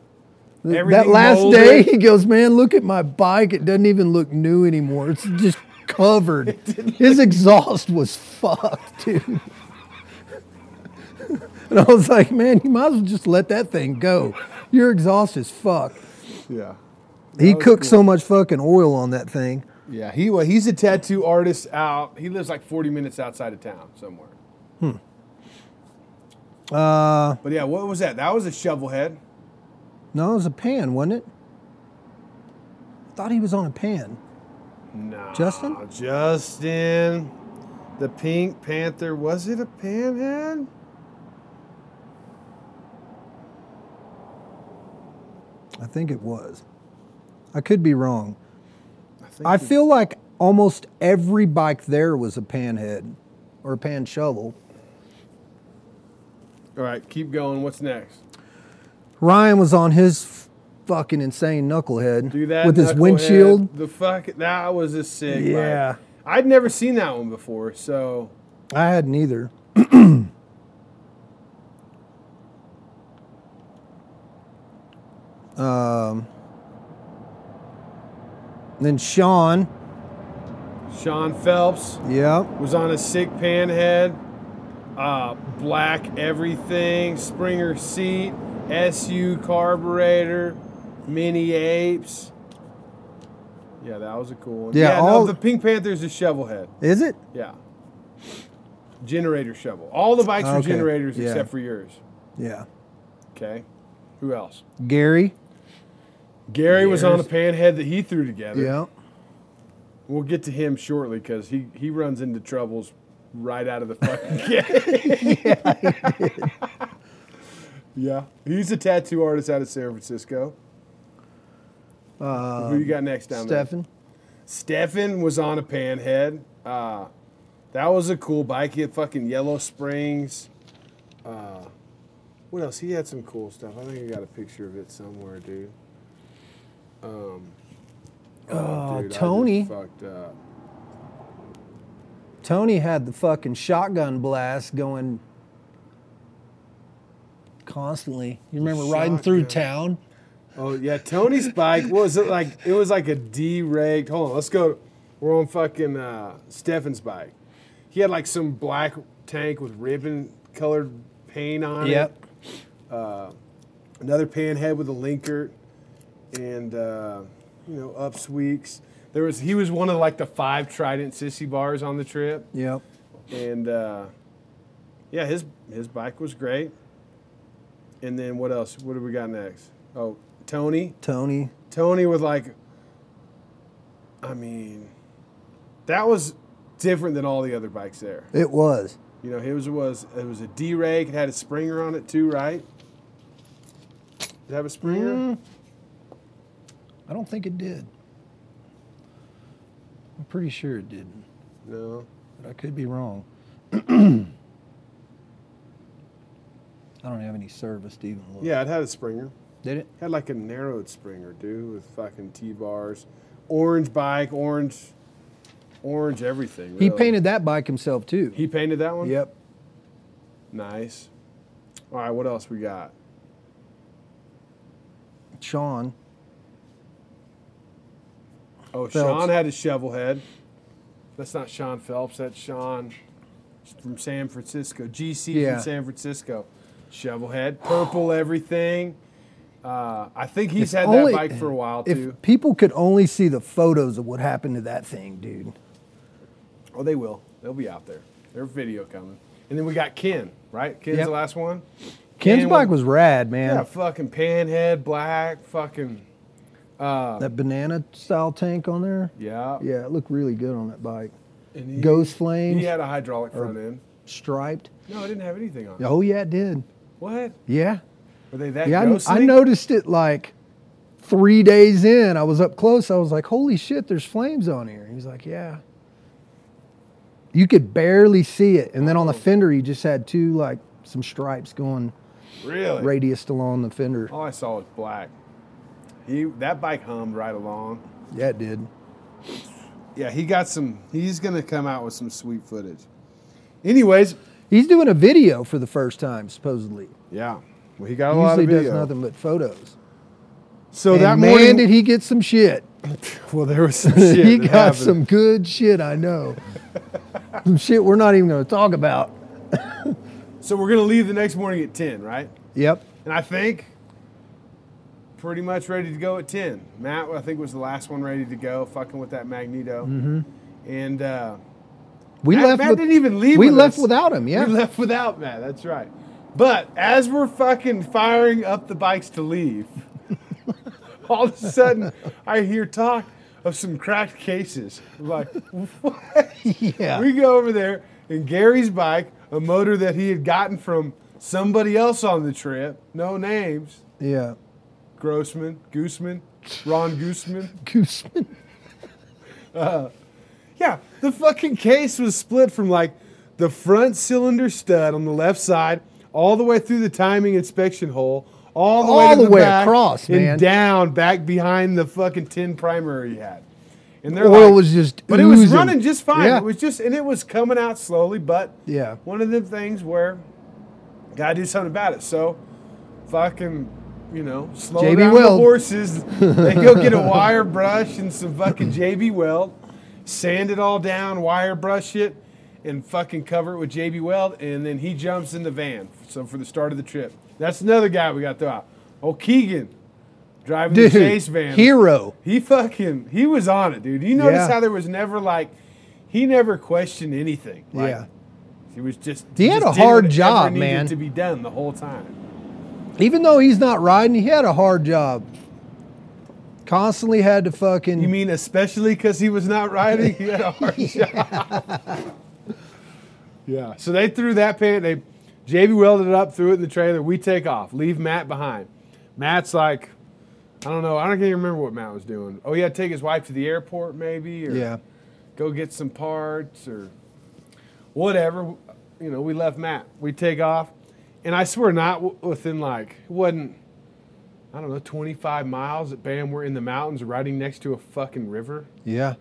S3: that
S1: Everything
S3: last
S1: molded.
S3: day, he goes, "Man, look at my bike. It doesn't even look new anymore. It's just covered. His exhaust was fucked, dude." and I was like, "Man, you might as well just let that thing go. Your exhaust is fucked."
S1: Yeah.
S3: He cooked so much fucking oil on that thing.
S1: Yeah. He well, he's a tattoo artist out. He lives like 40 minutes outside of town somewhere.
S3: Uh,
S1: But yeah, what was that? That was a shovel head.
S3: no, it was a pan, wasn't it? I thought he was on a pan.
S1: No.
S3: Justin?
S1: Justin. The Pink Panther. Was it a panhead?
S3: I think it was. I could be wrong.
S1: I, think
S3: I
S1: it-
S3: feel like almost every bike there was a pan head or a pan shovel.
S1: All right, keep going. What's next?
S3: Ryan was on his f- fucking insane knucklehead
S1: Do that
S3: with his
S1: knucklehead,
S3: windshield.
S1: The fuck that was a sick. bike.
S3: Yeah.
S1: I'd never seen that one before, so
S3: I hadn't either. um, then Sean,
S1: Sean Phelps
S3: yeah,
S1: was on a sick panhead, uh, black everything, Springer seat, SU carburetor, mini apes. Yeah, that was a cool one.
S3: Yeah,
S1: no,
S3: all-
S1: the Pink Panther's a shovel head.
S3: is it?
S1: Yeah. Generator shovel. All the bikes were
S3: Okay,
S1: generators
S3: yeah.
S1: except for yours.
S3: Yeah,
S1: Okay. Who else?
S3: Gary,
S1: Gary was on a
S3: Years.
S1: panhead that he threw together.
S3: yeah,
S1: We'll get to him shortly because he, he runs into troubles right out of the fucking gate. yeah, He's a tattoo artist out of San Francisco. Who you got next down there?
S3: Stefan,
S1: Stefan was on a panhead. Uh, that was a cool bike. He had fucking Yellow Springs. Uh, what else? He had some cool stuff. I think I got a picture of it somewhere, dude. Um, dude,
S3: Oh,
S1: I just
S3: Tony.
S1: fucked up.
S3: Tony had the fucking shotgun blast going constantly. You remember riding through town?
S1: Oh yeah, Tony's bike what was it like? It was like a D-rigged. Hold on, let's go. We're on fucking uh, Stefan's bike. He had like some black tank with ribbon colored paint on it.
S3: Yep.
S1: Another pan head with a linker, and uh, you know upsweeks. There was he was one of like the five Trident sissy bars on the trip,
S3: Yep.
S1: and uh, yeah, his his bike was great. And then what else? What do we got next? Oh, Tony.
S3: Tony.
S1: Tony with like, I mean, that was different than all the other bikes there.
S3: It was.
S1: You know, his was it was a D rake. It had a Springer on it too, right? Did it have a Springer?
S3: Mm, I don't think it did. I'm pretty sure it didn't,
S1: No.
S3: but I could be wrong. I don't have any service to even look.
S1: Yeah, it had a Springer.
S3: Did it?
S1: It had like a narrowed Springer, dude, with fucking T bars, orange bike, orange, orange everything.
S3: He
S1: really.
S3: painted that bike himself too.
S1: He painted that one.
S3: yep.
S1: Nice. All right, what else we got?
S3: Sean.
S1: Oh,
S3: Phelps.
S1: Sean had a shovel head. That's not Sean Phelps. That's Sean from San Francisco. GC
S3: Yeah.
S1: from San Francisco. Shovel head, purple everything. Uh, I think he's
S3: If
S1: had
S3: only-
S1: that bike for a while too.
S3: If people could only see the photos of what happened to that thing, dude.
S1: Oh, they will. They'll be out there. Their video coming. And then we got Ken, right? Ken's
S3: Yep.
S1: the last one.
S3: Ken's
S1: And
S3: bike
S1: what-
S3: was rad,
S1: Yeah,
S3: man.
S1: fucking panhead, black, fucking
S3: That banana style tank on there.
S1: yeah.
S3: Yeah, it looked really good on that bike.
S1: And he,
S3: Ghost flames,
S1: he had a hydraulic front end.
S3: striped.
S1: No, it didn't have anything on. it.
S3: Oh yeah, it did.
S1: What?
S3: Yeah,
S1: Were they that
S3: yeah. I, I
S1: ghostly?
S3: noticed it like three days in. I was up close. I was like, "Holy shit, there's flames on here." He's like, "Yeah." You could barely see it, and then
S1: Oh.
S3: on the fender, you just had two like some stripes going
S1: Really?
S3: radiused along the fender.
S1: All I saw was black. He that bike hummed right along.
S3: Yeah, it did.
S1: Yeah, he got some. He's gonna come out with some sweet footage. Anyways,
S3: He's doing a video for the first time, supposedly.
S1: yeah. Well, he got a lot
S3: Usually
S1: of
S3: does
S1: video.
S3: nothing but photos.
S1: So
S3: and
S1: that
S3: man,
S1: morning,
S3: did he get some shit.
S1: well, there was some shit.
S3: he
S1: that
S3: got
S1: happened.
S3: some good shit, I know. some shit we're not even going to talk about.
S1: So we're gonna leave the next morning at ten, right?
S3: Yep.
S1: And I think pretty much ready to go at ten. Matt, I think was the last one ready to go, fucking with that magneto. And uh,
S3: Mm-hmm. We
S1: Matt,
S3: left.
S1: Matt
S3: with-
S1: didn't even leave.
S3: We
S1: with
S3: left
S1: us.
S3: without him. Yeah.
S1: We left without Matt. That's right. But as we're fucking firing up the bikes to leave, all of a sudden I hear talk of some cracked cases. I'm like, what?
S3: Yeah.
S1: We go over there, and Gary's bike, a motor that he had gotten from somebody else on the trip, no names,
S3: yeah.
S1: Grossman, Gooseman, Ron Gooseman.
S3: Gooseman.
S1: Yeah, the fucking case was split from like the front cylinder stud on the left side, all the way through the timing inspection hole, all the way
S3: All
S1: to
S3: the way
S1: back
S3: across,
S1: and
S3: man.
S1: down back behind the fucking tin primer he had. And they're
S3: Oil
S1: like-
S3: was just.
S1: but it was
S3: oozing.
S1: running just fine.
S3: Yeah.
S1: It was just, and it was coming out slowly. But
S3: Yeah.
S1: one of them things where gotta do something about it. So fucking, you know, slow
S3: JB
S1: down the
S3: Weld.
S1: horses. They go get a wire brush and some fucking JB Weld, sand it all down, wire brush it, and fucking cover it with JB Weld. And then he jumps in the van. So for the start of the trip, that's another guy we got to throw out. Oh, Keegan. Driving
S3: Dude,
S1: the chase van.
S3: hero.
S1: He fucking he was on it, dude. You notice
S3: Yeah.
S1: how there was never like he never questioned anything. Like,
S3: yeah.
S1: He was just
S3: He had
S1: just
S3: a
S1: did
S3: hard
S1: whatever
S3: job,
S1: needed
S3: man.
S1: To be done the whole time.
S3: Even though he's not riding, he had a hard job. Constantly had to fucking.
S1: You mean especially because he was not riding? He had a hard job. yeah. So they threw that pan. They JB welded it up, threw it in the trailer. We take off, leave Matt behind. Matt's like, I don't know. I don't even remember what Matt was doing. Oh, yeah, take his wife to the airport maybe. Or
S3: Yeah.
S1: go get some parts or whatever. You know, we left Matt. We take off, and I swear, not w- within like it wasn't I don't know 25 miles. That bam, we're in the mountains, riding next to a fucking river.
S3: Yeah.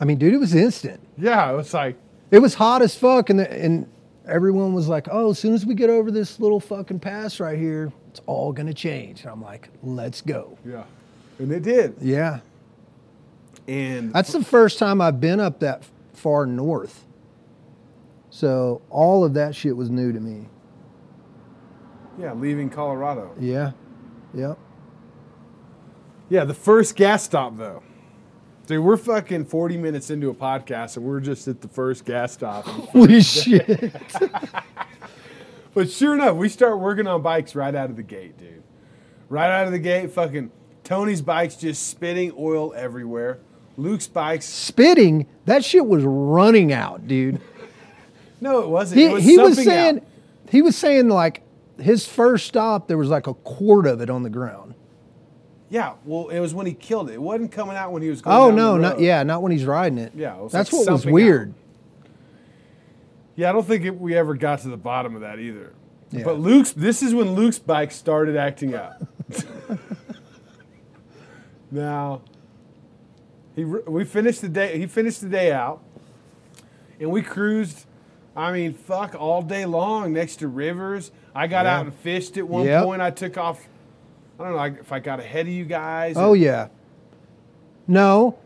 S3: I mean, dude, it was instant.
S1: Yeah, it was like
S3: It was hot as fuck, and the, and everyone was like, "Oh, as soon as we get over this little fucking pass right here, It's all going to change. And I'm like, let's go.
S1: Yeah. And they did.
S3: Yeah.
S1: And
S3: That's the first time I've been up that f- far north. So all of that shit was new to me.
S1: yeah, leaving Colorado.
S3: Yeah. Yep.
S1: Yeah, the first gas stop though. Dude, we're fucking 40 minutes into a podcast and we're just at the first gas stop.
S3: Holy shit.
S1: but sure enough, we start working on bikes right out of the gate, dude. Right out of the gate, fucking Tony's bike's just spitting oil everywhere. Luke's bike's
S3: Spitting, that shit was running out, dude.
S1: no, it wasn't.
S3: He,
S1: it was
S3: he was
S1: something out.
S3: saying, he was saying like his first stop, there was like a quart of it on the ground.
S1: Yeah, well, it was when he killed it. It wasn't coming out when he was going.
S3: Oh
S1: down
S3: no,
S1: the
S3: not
S1: road.
S3: yeah, not when he's riding it.
S1: Yeah, it was
S3: that's
S1: like
S3: what was
S1: something
S3: weird.
S1: out. Yeah, I don't think it, we ever got to the bottom of that either.
S3: Yeah.
S1: But Luke's, this is when Luke's bike started acting up. now, he r- we finished the day. He finished the day out, and we cruised. I mean, fuck, all day long next to rivers. I got
S3: Yeah.
S1: out and fished at one
S3: Yep.
S1: point. I took off. I don't know like, if I got ahead of you guys.
S3: Oh
S1: or-
S3: yeah. No,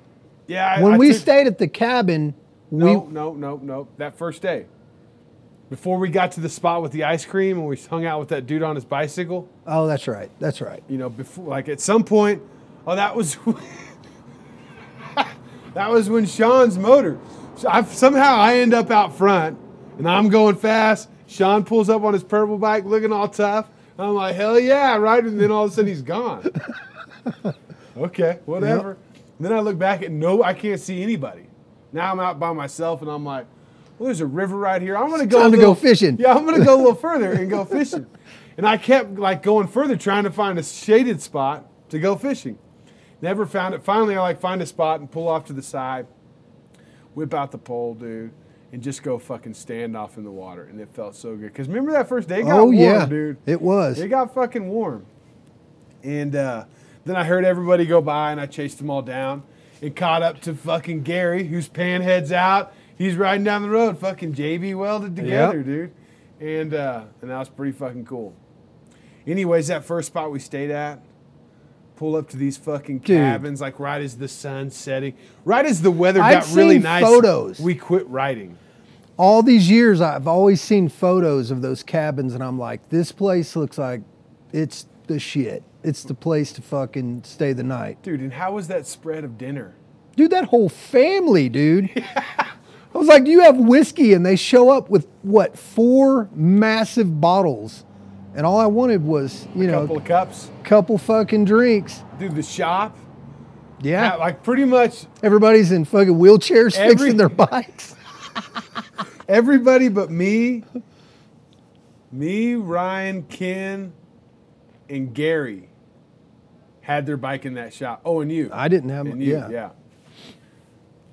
S1: yeah. I-
S3: when
S1: I
S3: we
S1: took-
S3: stayed at the cabin, we
S1: No, no, no, no. That first day. Before we got to the spot with the ice cream and we hung out with that dude on his bicycle,
S3: oh that's right, that's right.
S1: you know, before like at some point, oh that was that was when Sean's motor. So I somehow I end up out front and I'm going fast. Sean pulls up on his purple bike looking all tough. I'm like, hell yeah, right? And then all of a sudden he's gone. okay, whatever. Then I look back and no, I can't see anybody. Now I'm out by myself and I'm like, well, there's a river right here. I'm gonna go.
S3: time
S1: a
S3: to go
S1: little-
S3: fishing.
S1: Yeah, I'm gonna go a little further and go fishing. And I kept like going further, trying to find a shaded spot to go fishing. Never found it. Finally, I like find a spot and pull off to the side, whip out the pole, dude, and just go fucking stand off in the water. And it felt so good. Cause remember that first day it got
S3: oh
S1: warm,
S3: yeah,
S1: dude.
S3: it was.
S1: It got fucking warm. And uh, then I heard everybody go by and I chased them all down and caught up to fucking Gary, whose pan heads out. He's riding down the road, fucking JV welded together, dude. And uh, and that was pretty fucking cool. Anyways, that first spot we stayed at, pull up to these fucking
S3: Dude.
S1: cabins, like right as the sun's setting, right as the weather
S3: I've
S1: got really
S3: seen
S1: nice.
S3: photos.
S1: We quit riding.
S3: All these years, I've always seen photos of those cabins, and I'm like, this place looks like it's the shit. It's the place to fucking stay the night,
S1: Dude, and how was that spread of dinner?
S3: dude. That whole family, dude. I was like, do you have whiskey? And they show up with what four massive bottles, and all I wanted was you know
S1: couple of cups.
S3: couple fucking drinks.
S1: Dude, the shop.
S3: Yeah.
S1: Yeah, like pretty much
S3: Everybody's in fucking wheelchairs
S1: Every-
S3: fixing their bikes.
S1: everybody but me, me, Ryan, Ken, and Gary had their bike in that shop. Oh, and you.
S3: I didn't have
S1: and
S3: my,
S1: you,
S3: yeah.
S1: yeah.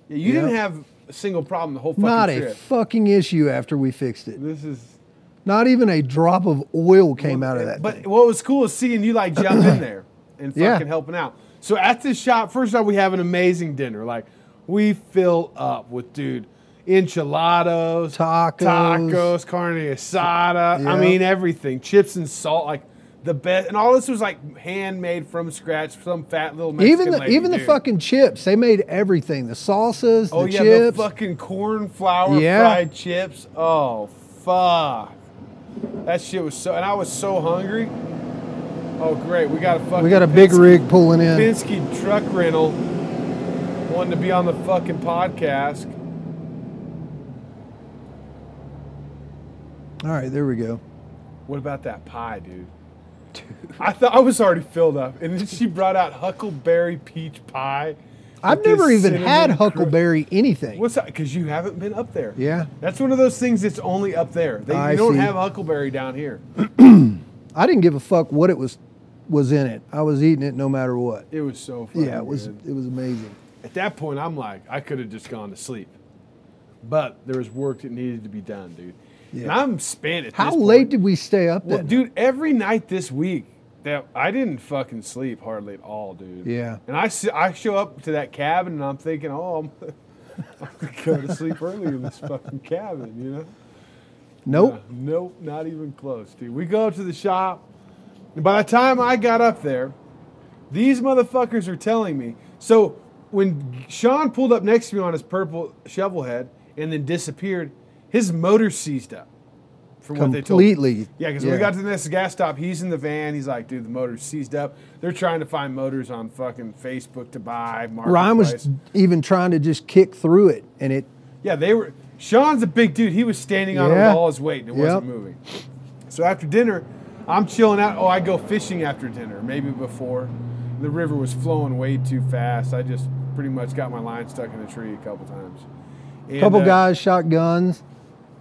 S1: Yeah, you
S3: Yeah.
S1: didn't have a single problem the whole fucking
S3: Not a
S1: trip.
S3: fucking issue after we fixed it.
S1: this is
S3: Not even a drop of oil came out of that.
S1: But
S3: thing.
S1: what was cool is seeing you like jump in there and fucking
S3: Yeah.
S1: helping out. So at this shop, first off, we have an amazing dinner. Like we fill up with dude enchiladas,
S3: Tacos.
S1: tacos, carne asada. I
S3: Yeah.
S1: mean everything, chips and salt, like the best. And all this was like handmade from scratch. Some fat little Mexican
S3: even the
S1: lady,
S3: even the
S1: dude.
S3: fucking chips, they made everything. The salsas,
S1: oh
S3: the
S1: yeah,
S3: chips.
S1: the fucking corn flour
S3: Yeah.
S1: fried chips. Oh fuck. That shit was so, and I was so hungry. Oh great, we got a fucking.
S3: we got a big
S1: Penske-
S3: rig pulling in.
S1: Penske truck rental wanting to be on the fucking podcast.
S3: All right, there we go.
S1: What about that pie, dude? I thought I was already filled up, and then she brought out huckleberry peach pie.
S3: I've
S1: with this
S3: never even had
S1: cinnamon cru-
S3: huckleberry anything.
S1: What's that? Because you haven't been up there.
S3: Yeah.
S1: That's one of those things that's only up there. They
S3: I
S1: you don't
S3: see.
S1: have huckleberry down here.
S3: I didn't give a fuck what it was was in it. I was eating it no matter what.
S1: It was so fucking
S3: Yeah, it was
S1: good.
S3: it was amazing.
S1: At that point, I'm like, I could have just gone to sleep. But there was work that needed to be done, dude. And
S3: Yeah.
S1: I'm spent at
S3: How
S1: this
S3: late
S1: point.
S3: did we stay up
S1: Well,
S3: then?
S1: dude, every night this week that I didn't fucking sleep hardly at all, dude.
S3: Yeah.
S1: And I, s- I show up to that cabin and I'm thinking, oh, I'm, I'm gonna go to sleep early in this fucking cabin, you know?
S3: Nope.
S1: Uh, nope, not even close, dude. We go up to the shop. And by the time I got up there, these motherfuckers are telling me. So when Sean pulled up next to me on his purple shovel head and then disappeared, his motor seized up. From
S3: Completely.
S1: Yeah, because when we got to the next gas stop, he's in the van. He's like, dude, the motor's seized up. They're trying to find motors on fucking Facebook to buy.
S3: Ryan
S1: marketplace.
S3: was even trying to just kick through it, and it
S1: Yeah, they were. Sean's a big dude. He was standing on it
S3: Yeah.
S1: with all his weight and it wasn't
S3: Yep.
S1: moving. So after dinner, I'm chilling out. Oh, I go fishing after dinner, maybe before. The river was flowing way too fast. I just pretty much got my line stuck in a tree a couple times. And,
S3: a couple
S1: uh,
S3: guys shot guns.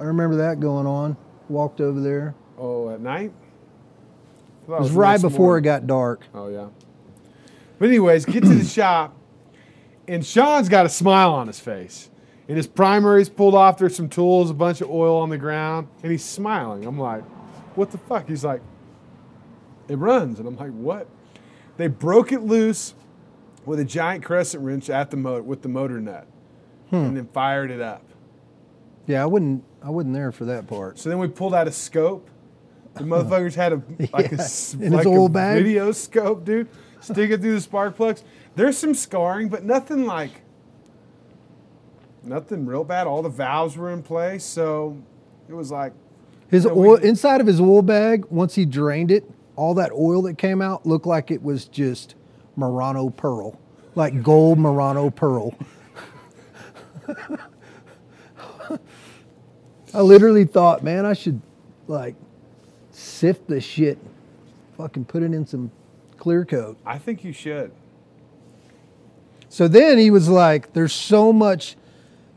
S3: I remember that going on. Walked over there.
S1: Oh, at night? I thought
S3: It was right
S1: next
S3: before
S1: morning.
S3: it got dark.
S1: Oh yeah. But anyways, get to the shop, and Sean's got a smile on his face, and his primary's pulled off. There's some tools, a bunch of oil on the ground, and he's smiling. I'm like, what the fuck? He's like, it runs, and I'm like, what? They broke it loose with a giant crescent wrench at the motor with the motor nut, and then fired it up.
S3: Yeah, I wouldn't. I wasn't there for that part.
S1: So then we pulled out a scope. The motherfuckers had a like a,
S3: Yeah,
S1: s-
S3: in his
S1: like
S3: old
S1: a
S3: bag.
S1: video scope, dude. Stick it through the spark plugs. There's some scarring, but nothing like nothing real bad. All the valves were in place, so it was like
S3: His
S1: Yeah, we-
S3: oil inside of his oil bag. Once he drained it, all that oil that came out looked like it was just Murano pearl, like gold Murano pearl. I literally thought, man, I should like sift the shit, fucking put it in some clear coat.
S1: I think you should.
S3: So then he was like, there's so much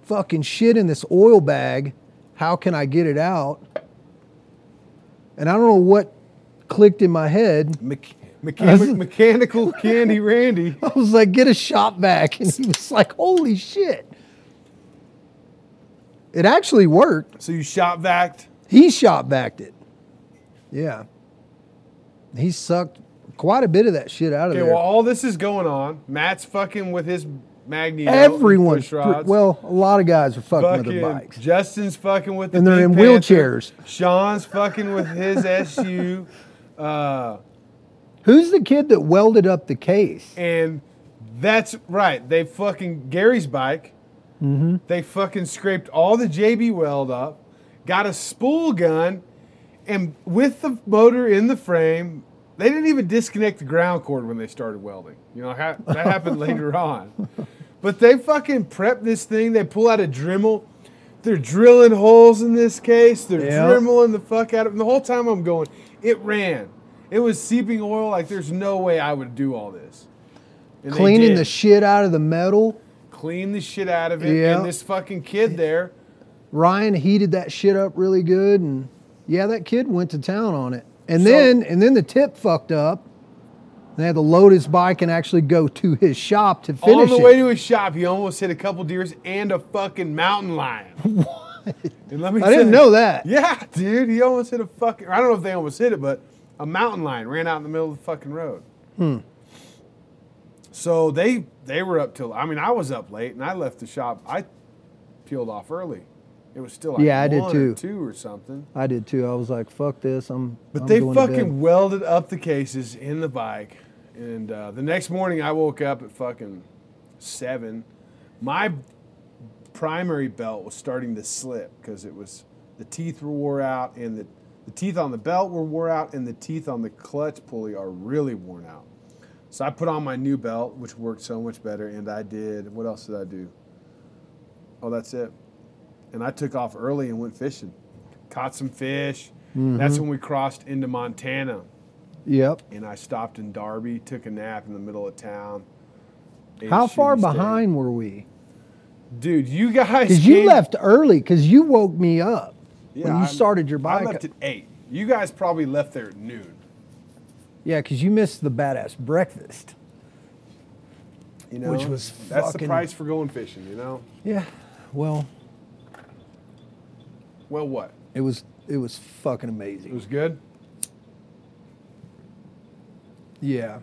S3: fucking shit in this oil bag. How can I get it out? And I don't know what clicked in my head.
S1: Mech- mechanic, mechanical candy Randy.
S3: I was like, get a shop back. And he was like, holy shit. It actually worked.
S1: So you shop vacked.
S3: He shop backed it. Yeah. He sucked quite a bit of that shit out of
S1: Okay,
S3: there.
S1: well all this is going on. Matt's fucking with his magneto. and
S3: Everyone,
S1: push rods.
S3: well, a lot of guys are fucking with
S1: fucking
S3: their bikes.
S1: Justin's fucking with the
S3: And they're
S1: Pink
S3: in
S1: Panther.
S3: wheelchairs.
S1: Sean's fucking with his SU, uh,
S3: Who's the kid that welded up the case?
S1: and that's right. They fucking Gary's bike. Mm-hmm. They fucking scraped all the JB weld up, got a spool gun, and with the motor in the frame, they didn't even disconnect the ground cord when they started welding. You know ha- that happened later on. But they fucking prep this thing. They pull out a Dremel. They're drilling holes in this case. They're
S3: Yeah.
S1: Dremeling the fuck out of it. And the whole time I'm going, it ran. It was seeping oil. Like there's no way I would do all this. And they
S3: Cleaning
S1: did.
S3: the shit out of the metal.
S1: clean the shit out of it.
S3: Yeah.
S1: And this fucking kid there,
S3: Ryan heated that shit up really good, and yeah, that kid went to town on it. And
S1: So-
S3: then and then the tip fucked up. And they had to load his bike and actually go to his shop to
S1: on
S3: finish
S1: the
S3: it.
S1: way to his shop, he almost hit a couple deers and a fucking mountain lion. What? And let me
S3: I didn't
S1: tell you-
S3: know that.
S1: Yeah, dude, he almost hit a fucking. I don't know if they almost hit it, but a mountain lion ran out in the middle of the fucking road. Hmm. So they they were up till. I mean, I was up late and I left the shop. I peeled off early. It was still like
S3: Yeah, I did
S1: one or
S3: too.
S1: two or something.
S3: I did too. I was like, "Fuck this!" I'm.
S1: But
S3: I'm
S1: they
S3: going to bed.
S1: fucking welded up the cases in the bike, and uh, the next morning I woke up at fucking seven. My primary belt was starting to slip because it was the teeth were wore out, and the the teeth on the belt were wore out, and the teeth on the clutch pulley are really worn out. So I put on my new belt, which worked so much better, and I did. What else did I do? Oh, that's it. And I took off early and went fishing. Caught some fish. That's when we crossed into Montana.
S3: Yep.
S1: And I stopped in Darby, took a nap in the middle of town. ate
S3: How far
S1: shitty steak.
S3: behind were we?
S1: Dude, you guys.
S3: Because you
S1: came-
S3: left early because you woke me up
S1: Yeah,
S3: when you
S1: I-
S3: started your
S1: I
S3: bike.
S1: left at 8. You guys probably left there at noon.
S3: yeah, because you missed the badass breakfast.
S1: You know?
S3: Which was
S1: That's the
S3: fucking-
S1: price for going fishing, you know?
S3: Yeah. Well,
S1: Well, what?
S3: it was it was fucking amazing.
S1: It was good?
S3: Yeah,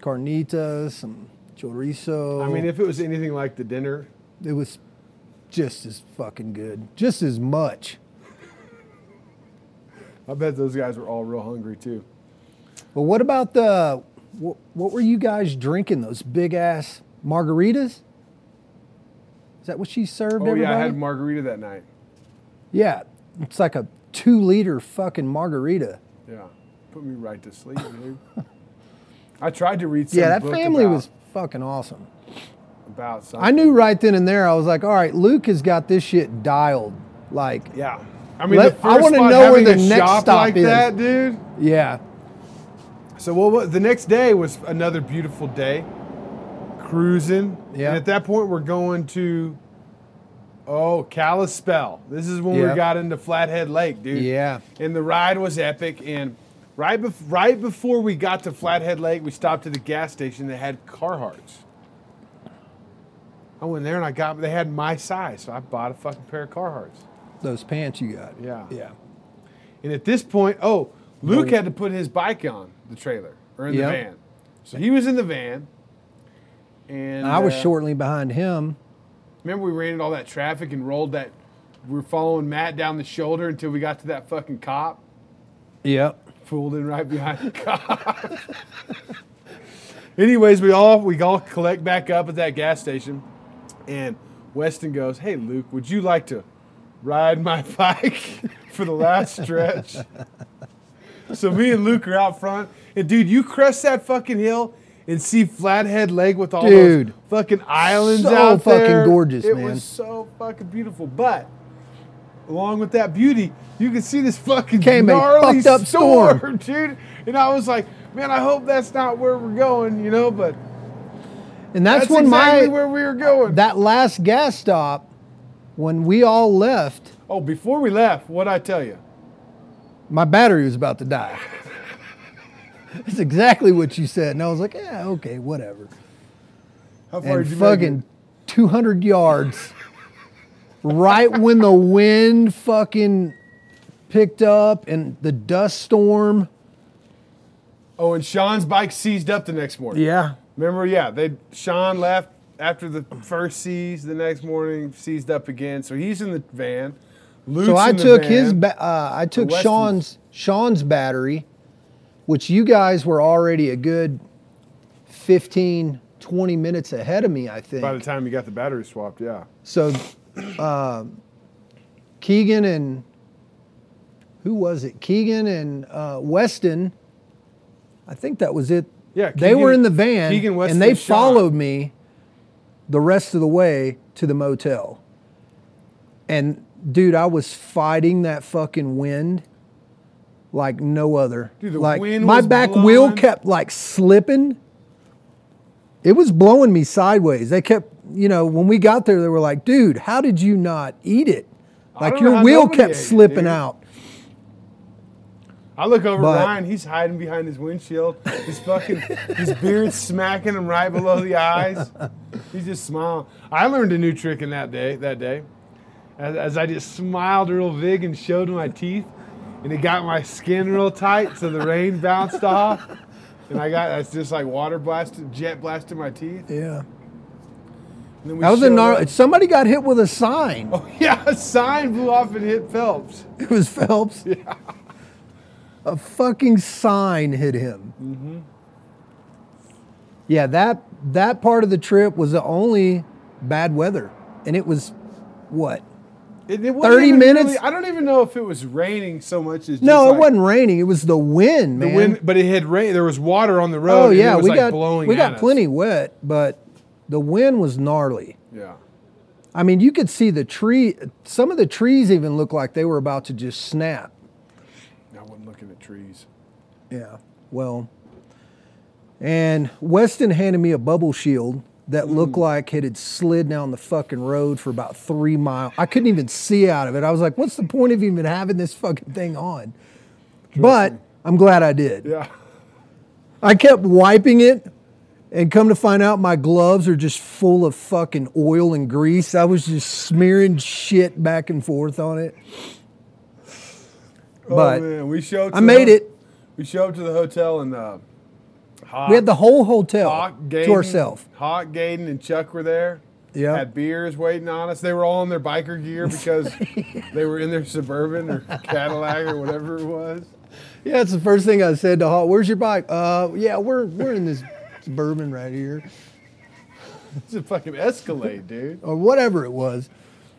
S3: carnitas, some chorizo.
S1: I mean, if it was anything like the dinner,
S3: it was just as fucking good, just as much.
S1: I bet those guys were all real hungry too.
S3: But what about the what, what were you guys drinking? Those big ass margaritas? Is that what she served
S1: Oh
S3: everybody?
S1: yeah, I had margarita that night.
S3: yeah, it's like a two liter fucking margarita.
S1: Yeah, put me right to sleep, dude. I tried to read. Some
S3: yeah, that
S1: book
S3: family
S1: about-
S3: was fucking awesome.
S1: about something.
S3: I knew right then and there. I was like, all right, Luke has got this shit dialed. Like,
S1: Yeah, I mean,
S3: Let-
S1: the
S3: I
S1: first
S3: wanna
S1: one
S3: know where
S1: having
S3: the
S1: a
S3: next
S1: shop
S3: stop
S1: like
S3: is.
S1: that, dude.
S3: yeah,
S1: So what, wa- the next day was another beautiful day, cruising.
S3: Yeah.
S1: And at that point, we're going to oh Kalispell. This is when
S3: Yeah.
S1: we got into Flathead Lake, dude.
S3: Yeah.
S1: And the ride was epic. And right bef- right before we got to Flathead Lake, we stopped at a gas station that had Carhartts. I went there and I got they had my size, so I bought a fucking pair of Carhartts.
S3: those pants you got.
S1: Yeah.
S3: Yeah.
S1: And at this point, oh, Luke had to put his bike on the trailer or in
S3: Yep.
S1: the van. So he was in the van. And
S3: I was
S1: uh,
S3: shortly behind him.
S1: Remember, we ran into all that traffic and rolled that. We were following Matt down the shoulder until we got to that fucking cop.
S3: Yep.
S1: Fooled in right behind the cop. Anyways, we all we all collect back up at that gas station, and Weston goes, "Hey Luke, would you like to ride my bike for the last stretch?" so me and Luke are out front, and dude, you crest that fucking hill and see Flathead Lake with all
S3: Dude.
S1: those fucking islands
S3: So
S1: out
S3: fucking
S1: there.
S3: gorgeous,
S1: it
S3: man.
S1: was so fucking beautiful, but. Along with that beauty, you can see this fucking
S3: Came a
S1: gnarly
S3: fucked up storm.
S1: dude. And I was like, man, I hope that's not where we're going, you know, but
S3: And that's,
S1: that's,
S3: when
S1: exactly
S3: my
S1: where we were going.
S3: that last gas stop, when we all left,
S1: oh, before we left, what'd I tell you?
S3: my battery was about to die. That's exactly what you said, and I was like, yeah, okay, whatever.
S1: How far
S3: And
S1: did you
S3: fucking
S1: make it?
S3: 200 yards, right when the wind fucking picked up and the dust storm.
S1: Oh, and Sean's bike seized up the next morning.
S3: Yeah.
S1: Remember, yeah, they Sean left after the first seize the next morning, seized up again. So he's in the van. Luke's
S3: So I
S1: in the
S3: took
S1: van.
S3: his, ba- uh, I took
S1: Weston's.
S3: Sean's Sean's battery, which you guys were already a good 15, 20 minutes ahead of me, I think.
S1: By the time you got the battery swapped, yeah.
S3: So, uh, Keegan and who was it? Keegan and uh, Weston. I think that was it.
S1: Yeah,
S3: they were
S1: Keegan-
S3: in the van,
S1: Keegan, Weston,
S3: and they
S1: and Sean.
S3: followed me the rest of the way to the motel. And dude, I was fighting that fucking wind like no other.
S1: Dude, the
S3: like
S1: wind
S3: my
S1: was
S3: back wheel
S1: blowing.
S3: kept like slipping. It was blowing me sideways. They kept, you know, when we got there, they were like, "Dude, how did you not eat it? Like
S1: don't know
S3: your
S1: how
S3: wheel
S1: nobody
S3: kept
S1: ate it,
S3: slipping
S1: dude.
S3: out."
S1: I look over
S3: But-
S1: Ryan. He's hiding behind his windshield. His fucking his beard smacking him right below the eyes. He's just smiling. I learned a new trick in that day. That day, as, as I just smiled real big and showed my teeth, and it got my skin real tight, so the rain bounced off, and I got that's just like water blasted, jet blasted my teeth.
S3: Yeah,
S1: And then we
S3: that was a
S1: showed
S3: gnar-
S1: up- Oh.
S3: Somebody got hit with a sign.
S1: Yeah, a sign blew off and hit Phelps.
S3: It was Phelps. A fucking sign hit him.
S1: Mm-hmm.
S3: Yeah, that that part of the trip was the only bad weather, and it was what?
S1: It, it wasn't
S3: 30
S1: even
S3: minutes?
S1: really- I don't even know if it was raining so much as
S3: No,
S1: just
S3: it
S1: like-
S3: wasn't raining. It was the wind,
S1: The
S3: man.
S1: wind, but it had rain. There was water on the road.
S3: oh
S1: and
S3: yeah,
S1: it was
S3: we
S1: like
S3: got
S1: blowing.
S3: we
S1: at
S3: got
S1: us.
S3: plenty wet, but the wind was gnarly.
S1: Yeah,
S3: I mean, you could see the tree. Some of the trees even looked like they were about to just snap.
S1: I wasn't looking at trees.
S3: Yeah. Well, and Weston handed me a bubble shield
S1: Mm.
S3: that looked like it had slid down the fucking road for about three miles. I couldn't even see out of it. I was like, what's the point of even having this fucking thing on? But I'm glad I did.
S1: Yeah,
S3: I kept wiping it, and come to find out, my gloves are just full of fucking oil and grease. I was just smearing shit back and forth on it. But
S1: oh, man. we showed.
S3: I made it.
S1: We showed up to the hotel and uh, Hawk,
S3: We had the whole hotel
S1: Hawk
S3: to ourselves.
S1: Hawk Gaden and Chuck were there.
S3: Yeah.
S1: had beers waiting on us. They were all in their biker gear because they were in their suburban or Cadillac or whatever it was.
S3: Yeah, it's the first thing I said to Hall. Where's your bike? Uh, yeah, we're we're in this suburban right here,
S1: It's a fucking Escalade, dude.
S3: or whatever it was.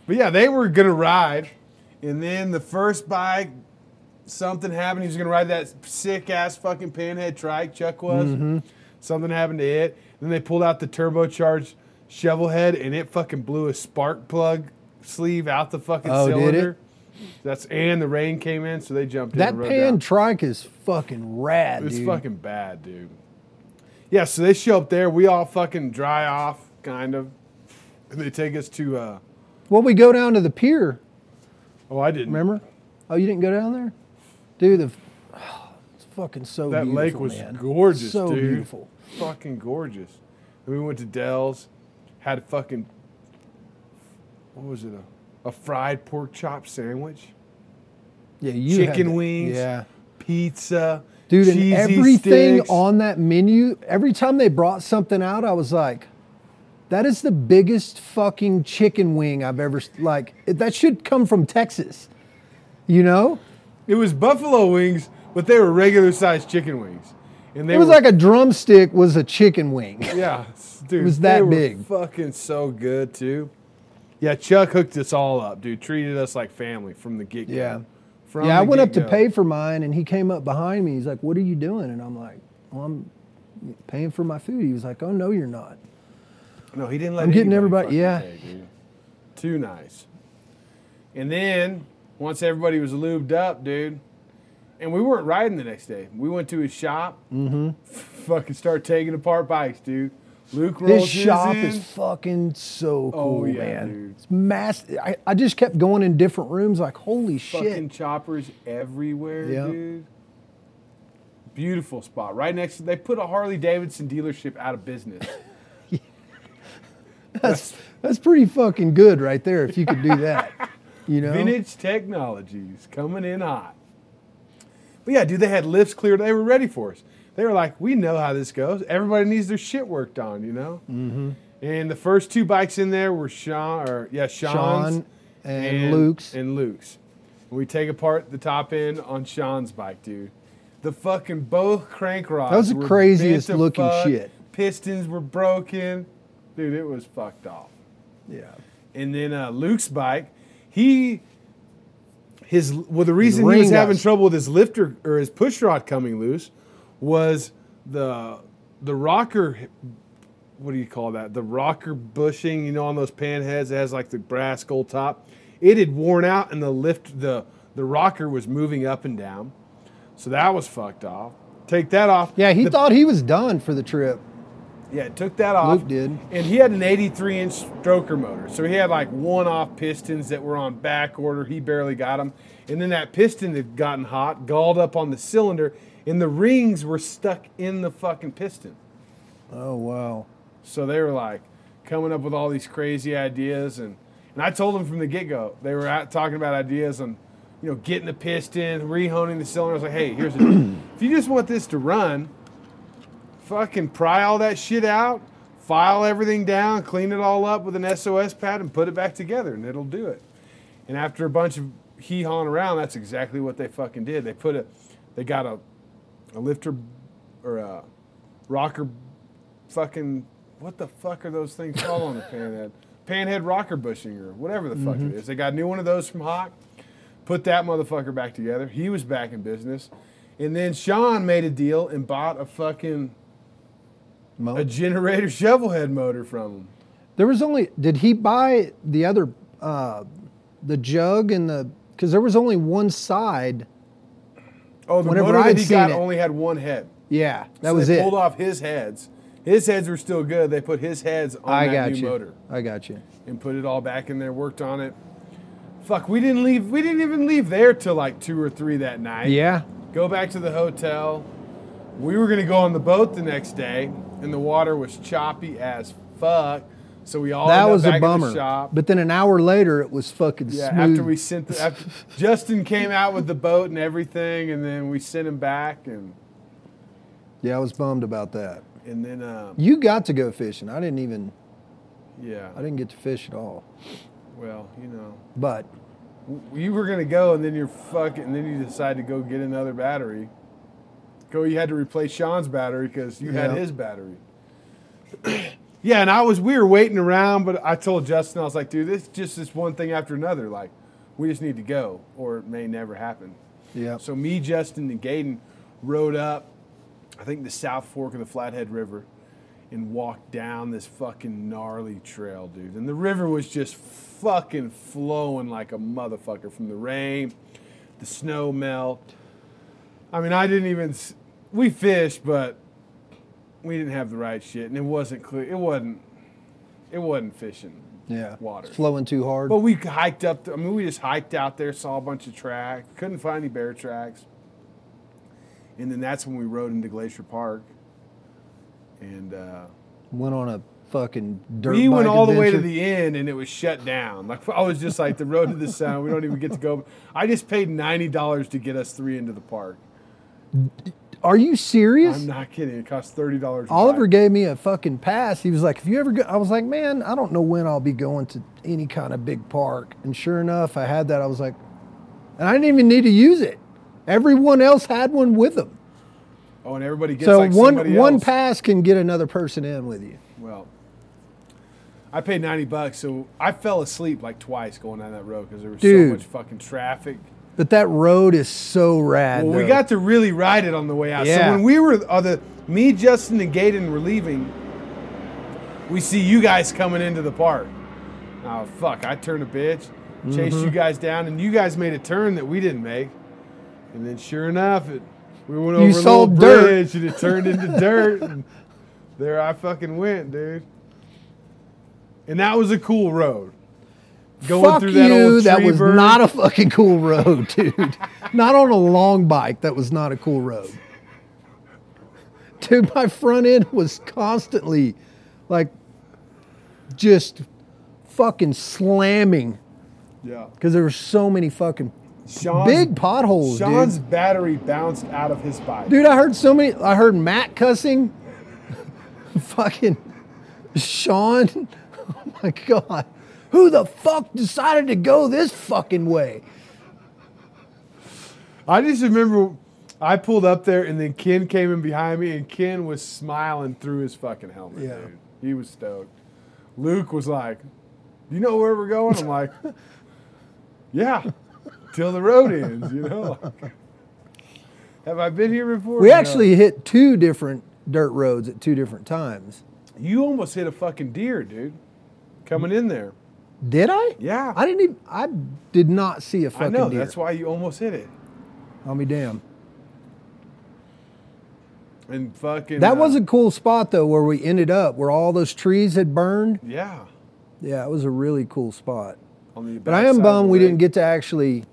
S1: But yeah, they were gonna ride, and then the first bike, something happened. He was gonna ride that sick ass fucking pinhead trike. Chuck was.
S3: Mm-hmm.
S1: Something happened to it. Then they pulled out the turbocharged shovel head, and it fucking blew a spark plug sleeve out the fucking
S3: Oh, did it?
S1: cylinder. That's and the rain came in, so they jumped in.
S3: That
S1: and rode
S3: pan
S1: down.
S3: trike is fucking rad,
S1: It's
S3: dude.
S1: fucking bad, dude. Yeah, so they show up there. We all fucking dry off, kind of. And they take us to. uh
S3: well, we go down to the pier.
S1: Oh, I didn't
S3: Remember? Oh, you didn't go down there, dude. The it's fucking so
S1: That
S3: beautiful,
S1: lake was
S3: man.
S1: gorgeous,
S3: so
S1: dude.
S3: beautiful.
S1: fucking gorgeous. And we went to Dell's, had a fucking what was it? A, a fried pork chop sandwich,
S3: Yeah, you had
S1: Chicken
S3: that-
S1: wings.
S3: Yeah,
S1: pizza,
S3: dude, and
S1: cheesy
S3: everything
S1: sticks.
S3: on that menu. Every time they brought something out, I was like, "That is the biggest fucking chicken wing I've ever s- like." That should come from Texas, you know?
S1: It was buffalo wings, but they were regular sized chicken wings, and they
S3: it was
S1: were,
S3: like a drumstick was a chicken wing.
S1: yeah, dude,
S3: was
S1: they
S3: that
S1: were
S3: big.
S1: Fucking so good too. Yeah, Chuck hooked us all up, dude. Treated us like family from the get go.
S3: Yeah.
S1: From
S3: yeah, I
S1: the
S3: went up to
S1: get-go.
S3: pay for mine, and he came up behind me. He's like, "What are you doing?" And I'm like, "Well, I'm paying for my food." He was like, "Oh no, you're not."
S1: No, he didn't let.
S3: I'm getting
S1: anybody
S3: everybody-
S1: fucking pay, dude. Too nice. And then once everybody was lubed up, dude, and we weren't riding the next day. We went to his shop. Mm-hmm. Fucking start taking apart bikes, dude. Luke rolls
S3: This shop
S1: his in. Oh,
S3: is fucking so cool,
S1: yeah,
S3: man.
S1: dude.
S3: It's massive. I, I just kept going in different rooms, like, holy
S1: fucking
S3: shit.
S1: choppers everywhere,
S3: Yeah.
S1: dude. Beautiful spot, right next. to They put a Harley Davidson dealership out of business.
S3: That's that's pretty fucking good right there. If you could do that, you know.
S1: Vintage Technologies coming in hot. But yeah, dude, they had lifts cleared. They were ready for us. They were like, we know how this goes. Everybody needs their shit worked on, you know. Mm-hmm. And the first two bikes in there were Sean, or yeah, Sean's
S3: Sean and, Luke's.
S1: and Luke's. We take apart the top end on Sean's bike, dude. The fucking both crank rods.
S3: was the
S1: were
S3: craziest
S1: bent to
S3: looking
S1: fuck.
S3: shit.
S1: Pistons were broken, dude. It was fucked off
S3: yeah.
S1: and then uh, Luke's bike, he his well the reason he
S3: ring
S1: was having
S3: got-
S1: trouble with his lifter or his push rod coming loose was the the rocker what do you call that the rocker bushing you know on those pan heads that has like the brass gold top it had worn out and the lift the the rocker was moving up and down so that was fucked off take that off
S3: Yeah, he
S1: The-
S3: thought he was done for the trip.
S1: yeah, took that off.
S3: Luke did.
S1: And he had an 83 inch stroker motor. So he had like one off pistons that were on back order. He barely got them. And then that piston had gotten hot, galled up on the cylinder, and the rings were stuck in the fucking piston.
S3: Oh wow.
S1: So they were like coming up with all these crazy ideas, and and I told them from the get go they were out talking about ideas on, you know, getting the piston, rehoning the cylinder. I was like, hey, here's the deal. if you just want this to run, fucking pry all that shit out, file everything down, clean it all up with an SOS pad, and put it back together, and it'll do it. And after a bunch of hee hawing around, that's exactly what they fucking did. They put a, they got a, a lifter, or a rocker fucking what the fuck are those things called on the panhead? Panhead rocker bushing or whatever the fuck it
S3: Mm-hmm.
S1: is. They got a new one of those from Hawk. Put that motherfucker back together. He was back in business. And then Sean made a deal and bought a fucking
S3: Mo-
S1: a generator shovel head motor from him.
S3: There was only did he buy the other uh, the jug and the because there was only one side.
S1: Oh, the
S3: Whenever
S1: motor
S3: I'd
S1: that he
S3: seen
S1: got
S3: it.
S1: only had one head.
S3: Yeah, that
S1: So
S3: was
S1: they
S3: it.
S1: pulled off his heads. His heads were still good. They put his heads on
S3: I
S1: that
S3: got
S1: new
S3: you.
S1: motor.
S3: I got you.
S1: and put it all back in there. Worked on it. Fuck, we didn't leave. We didn't even leave there till like two or three that night.
S3: Yeah.
S1: Go back to the hotel. We were gonna go on the boat the next day, and the water was choppy as fuck. So we all
S3: that
S1: ended up
S3: was
S1: back
S3: a
S1: in
S3: bummer.
S1: The shop.
S3: But then an hour later, it was fucking
S1: yeah,
S3: smooth.
S1: after we sent the, after, Justin came out with the boat and everything, and then we sent him back, and
S3: yeah, I was bummed about that.
S1: and then um,
S3: You got to go fishing. I didn't even.
S1: yeah,
S3: I didn't get to fish at all.
S1: well, you know,
S3: But
S1: w- you were gonna go, and then you're fucking, and then you decide to go get another battery. Go, you had to replace Sean's battery because you had
S3: Yeah.
S1: his battery. yeah, and I was we were waiting around, but I told Justin I was like, dude, this just this one thing after another. Like, we just need to go, or it may never happen.
S3: Yeah.
S1: So me, Justin, and Gaden rode up, I think the South Fork of the Flathead River, and walked down this fucking gnarly trail, dude. And the river was just fucking flowing like a motherfucker from the rain, the snow melt. I mean, I didn't even. s- We fished, but we didn't have the right shit, and it wasn't clear. It wasn't. It wasn't fishing.
S3: yeah.
S1: Water.
S3: It's flowing too hard.
S1: But we hiked up. th- I mean, we just hiked out there, saw a bunch of tracks, couldn't find any bear tracks, and then that's when we rode into Glacier Park, and uh,
S3: Went on a fucking dirt
S1: we
S3: bike
S1: went all the way to
S3: adventure.
S1: the end, and it was shut down. Like I was just like, the road to the sound. We don't even get to go. I just paid ninety dollars to get us three into the park.
S3: Are you serious?
S1: I'm not kidding. It cost thirty dollars.
S3: Oliver gave me a fucking pass. He was like, "If you ever go," I was like, "Man, I don't know when I'll be going to any kind of big park." And sure enough, I had that. I was like, and I didn't even need to use it. Everyone else had one with them.
S1: Oh, and everybody gets
S3: so
S1: like
S3: one
S1: somebody
S3: one
S1: else.
S3: pass can get another person in with you.
S1: Well, I paid 90 bucks, so I fell asleep like twice going down that road because there was
S3: Dude.
S1: so much fucking traffic.
S3: But that road is so rad.
S1: Well, we
S3: though.
S1: got to really ride it on the way out.
S3: Yeah.
S1: So when we were, uh, the me, Justin, and Gaden were leaving, we see you guys coming into the park. Oh fuck! I turned a bitch, chased
S3: Mm-hmm.
S1: you guys down, and you guys made a turn that we didn't make. And then, sure enough, it, we went
S3: You
S1: over a
S3: saw
S1: little
S3: dirt.
S1: bridge, and it turned into dirt. And there I fucking went, dude. And that was a cool road. Going
S3: Fuck
S1: through that
S3: you.
S1: old
S3: that
S1: tree
S3: was
S1: burn.
S3: not a fucking cool road, dude. not on a long bike. That was not a cool road. Dude, my front end was constantly like just fucking slamming
S1: yeah.
S3: because there were so many fucking
S1: Sean's,
S3: big potholes,
S1: Sean's
S3: dude.
S1: battery bounced out of his bike.
S3: Dude, I heard so many. I heard Matt cussing. fucking Sean. Oh my God. Who the fuck decided to go this fucking way?
S1: I just remember I pulled up there and then Ken came in behind me and Ken was smiling through his fucking helmet,
S3: Yeah.
S1: dude. He was stoked. Luke was like, You know where we're going? I'm like, Yeah, till the road ends, you know? Like, have I been here before?
S3: We
S1: No.
S3: actually hit two different dirt roads at two different times.
S1: You almost hit a fucking deer, dude, coming in there.
S3: Did I?
S1: Yeah.
S3: I didn't even. I did not see a
S1: I
S3: fucking
S1: know,
S3: deer.
S1: that's why you almost hit it.
S3: I'll be damned.
S1: And fucking.
S3: That
S1: uh,
S3: was a cool spot though, where we ended up, where all those trees had burned.
S1: Yeah.
S3: Yeah, it was a really cool spot.
S1: On the
S3: But I am
S1: backside of
S3: bummed
S1: the
S3: we
S1: lake.
S3: didn't get to actually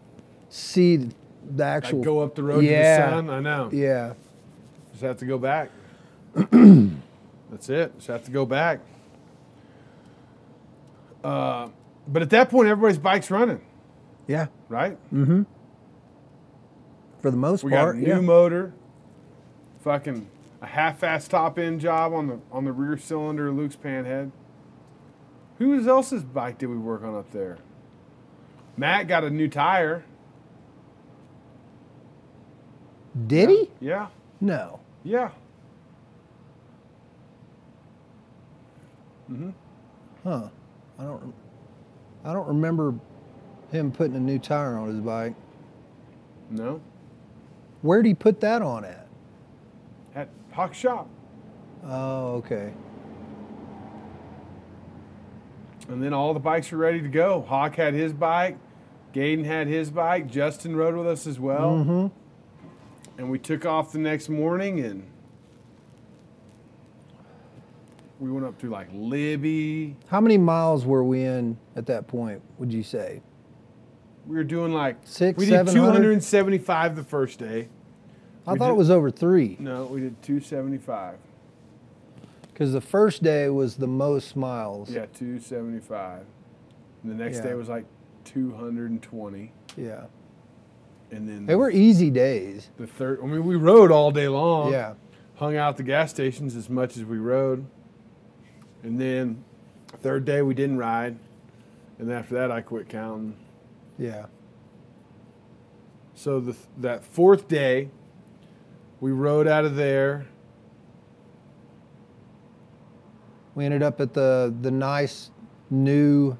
S3: see th- the actual.
S1: Like, go up the road to
S3: Yeah.
S1: the sun. I know.
S3: Yeah.
S1: Just have to go back. That's it. Just have to go back. Uh, but at that point, everybody's bike's running,
S3: Yeah.
S1: right?
S3: For the most
S1: We got
S3: part.
S1: a
S3: Mm, yeah.
S1: new motor, fucking a half-ass top end job on the on the rear cylinder of Luke's panhead. Whose else's bike did we work on up there? Matt got a new tire.
S3: did he?
S1: Yeah,
S3: No.
S1: yeah.
S3: Huh. I don't. rem- I don't remember him putting a new tire on his bike.
S1: No,
S3: Where'd he put that on at?
S1: at Hawk Shop.
S3: Oh, okay.
S1: And then all the bikes were ready to go. Hawk had his bike, Gaden had his bike, Justin rode with us as well.
S3: Mhm.
S1: And we took off the next morning and we went up through like Libby.
S3: How many miles were we in at that point, would you say?
S1: We were doing like
S3: Six,
S1: We did
S3: 700?
S1: 275 the first day.
S3: I
S1: We
S3: thought it
S1: did-
S3: was over three
S1: No, we did 275.
S3: because the first day was the most miles.
S1: Yeah, 275. And the next
S3: Yeah.
S1: day was like 220.
S3: Yeah.
S1: And then
S3: They were easy days.
S1: the third, I mean, we rode all day long.
S3: Yeah.
S1: hung out at the gas stations as much as we rode. And then third day we didn't ride. And after that I quit counting.
S3: Yeah.
S1: So the, that fourth day, we rode out of there.
S3: We ended up at the the nice new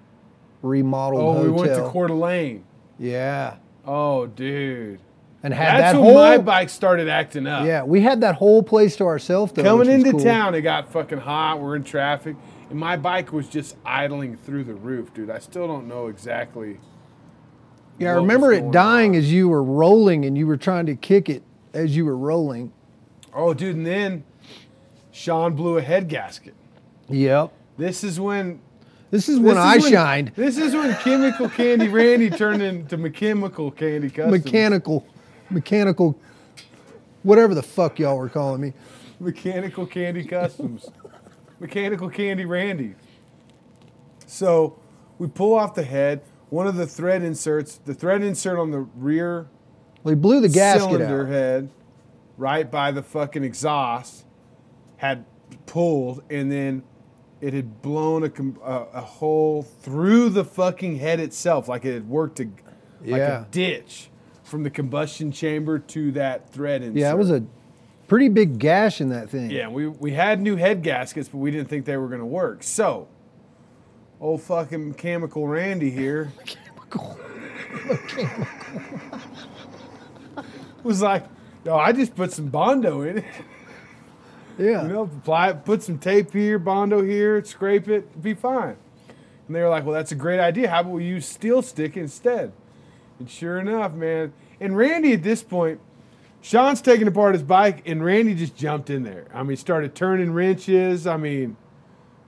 S3: remodeled
S1: Oh,
S3: hotel.
S1: we went to Coeur d'Alene.
S3: yeah,
S1: Oh, dude.
S3: and had
S1: That's
S3: that
S1: when
S3: whole
S1: my bike started acting up.
S3: yeah. We had that whole place to ourselves though.
S1: Coming
S3: which was
S1: into
S3: cool.
S1: town, it got fucking hot. We're in traffic, and my bike was just idling through the roof, dude. I still don't know exactly.
S3: Yeah, I
S1: what was
S3: remember it
S1: going
S3: dying
S1: on.
S3: as you were rolling, and you were trying to kick it as you were rolling.
S1: Oh, dude, and then Sean blew a head gasket.
S3: Yep. This
S1: This is when
S3: is
S1: this
S3: when I
S1: is
S3: shined.
S1: This is when Chemical Candy Randy turned into McChemical Candy Customs.
S3: Mechanical, mechanical, whatever the fuck y'all were calling me.
S1: Mechanical Candy Customs. Mechanical Candy Randy. So we pull off the head. One of the thread inserts, the thread insert on the rear
S3: We blew the gasket
S1: cylinder
S3: out.
S1: head right by the fucking exhaust had pulled and then it had blown a, com- a, a hole through the fucking head itself like it had worked a, like
S3: Yeah.
S1: a ditch from the combustion chamber to that thread insert.
S3: Yeah, it was a pretty big gash in that thing.
S1: yeah we, we had new head gaskets but we didn't think they were going to work so old fucking chemical randy here was like no i just put some bondo in it
S3: yeah.
S1: You know, apply, it, put some tape here, bondo here, scrape it, be fine. And they were like, "Well, that's a great idea. How about we use steel stick instead?" And sure enough, man. And Randy at this point, Sean's taking apart his bike, and Randy just jumped in there. I mean, started turning wrenches. I mean,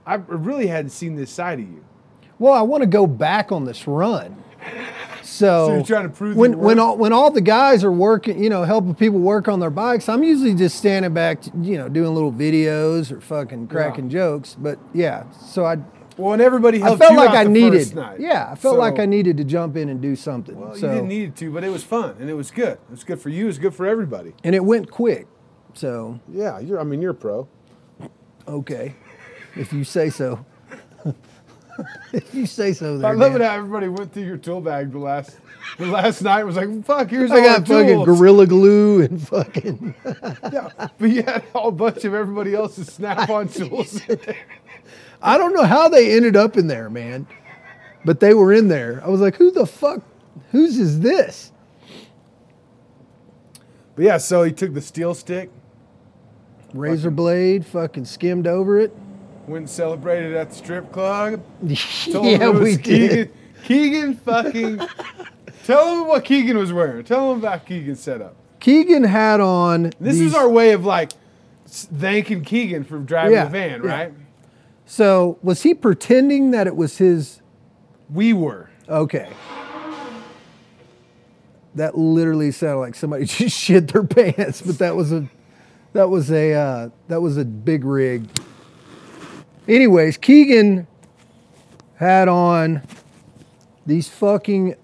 S1: I really hadn't seen this side of you.
S3: Well, I want to go back on this run. So,
S1: So you're trying to prove you
S3: when
S1: were-
S3: when all when all the guys are working, you know, helping people work on their bikes, I'm usually just standing back, you know, doing little videos or fucking cracking jokes. But yeah, so I
S1: Well, and everybody
S3: I
S1: helped
S3: felt
S1: you
S3: like
S1: out
S3: I
S1: the
S3: needed
S1: first night.
S3: yeah, I felt like
S1: So-
S3: I needed to jump in and do something.
S1: Well,
S3: so
S1: you didn't need to, but it was fun and it was good. It was good for you. It was good for everybody.
S3: and it went quick. So
S1: Yeah, you're. I mean, you're a pro.
S3: okay, if you say so. if you say so, there,
S1: I love
S3: Dan.
S1: it how everybody went through your tool bag the last the last night was like, fuck, here's all
S3: I got
S1: our
S3: fucking
S1: tools.
S3: gorilla glue and fucking.
S1: Yeah, but you had a whole bunch of everybody else's snap on tools.
S3: I don't know how they ended up in there, man. But they were in there. I was like, who the fuck? Whose is this?
S1: but yeah, so he took the steel stick,
S3: Razor blade, fucking skimmed over it.
S1: went and celebrated at the strip club. Told him
S3: yeah,
S1: it was
S3: we did.
S1: Keegan, Keegan fucking Tell him what Keegan was wearing. Tell him about Keegan's setup.
S3: Keegan had on.
S1: This
S3: these-
S1: is our way of like s- thanking Keegan for driving
S3: Yeah,
S1: the van,
S3: yeah.
S1: right?
S3: So was he pretending that it was his?
S1: We were.
S3: Okay. That literally sounded like somebody just shit their pants, but that was a, that was a, uh, that was a big rig. Anyways, Keegan had on these fucking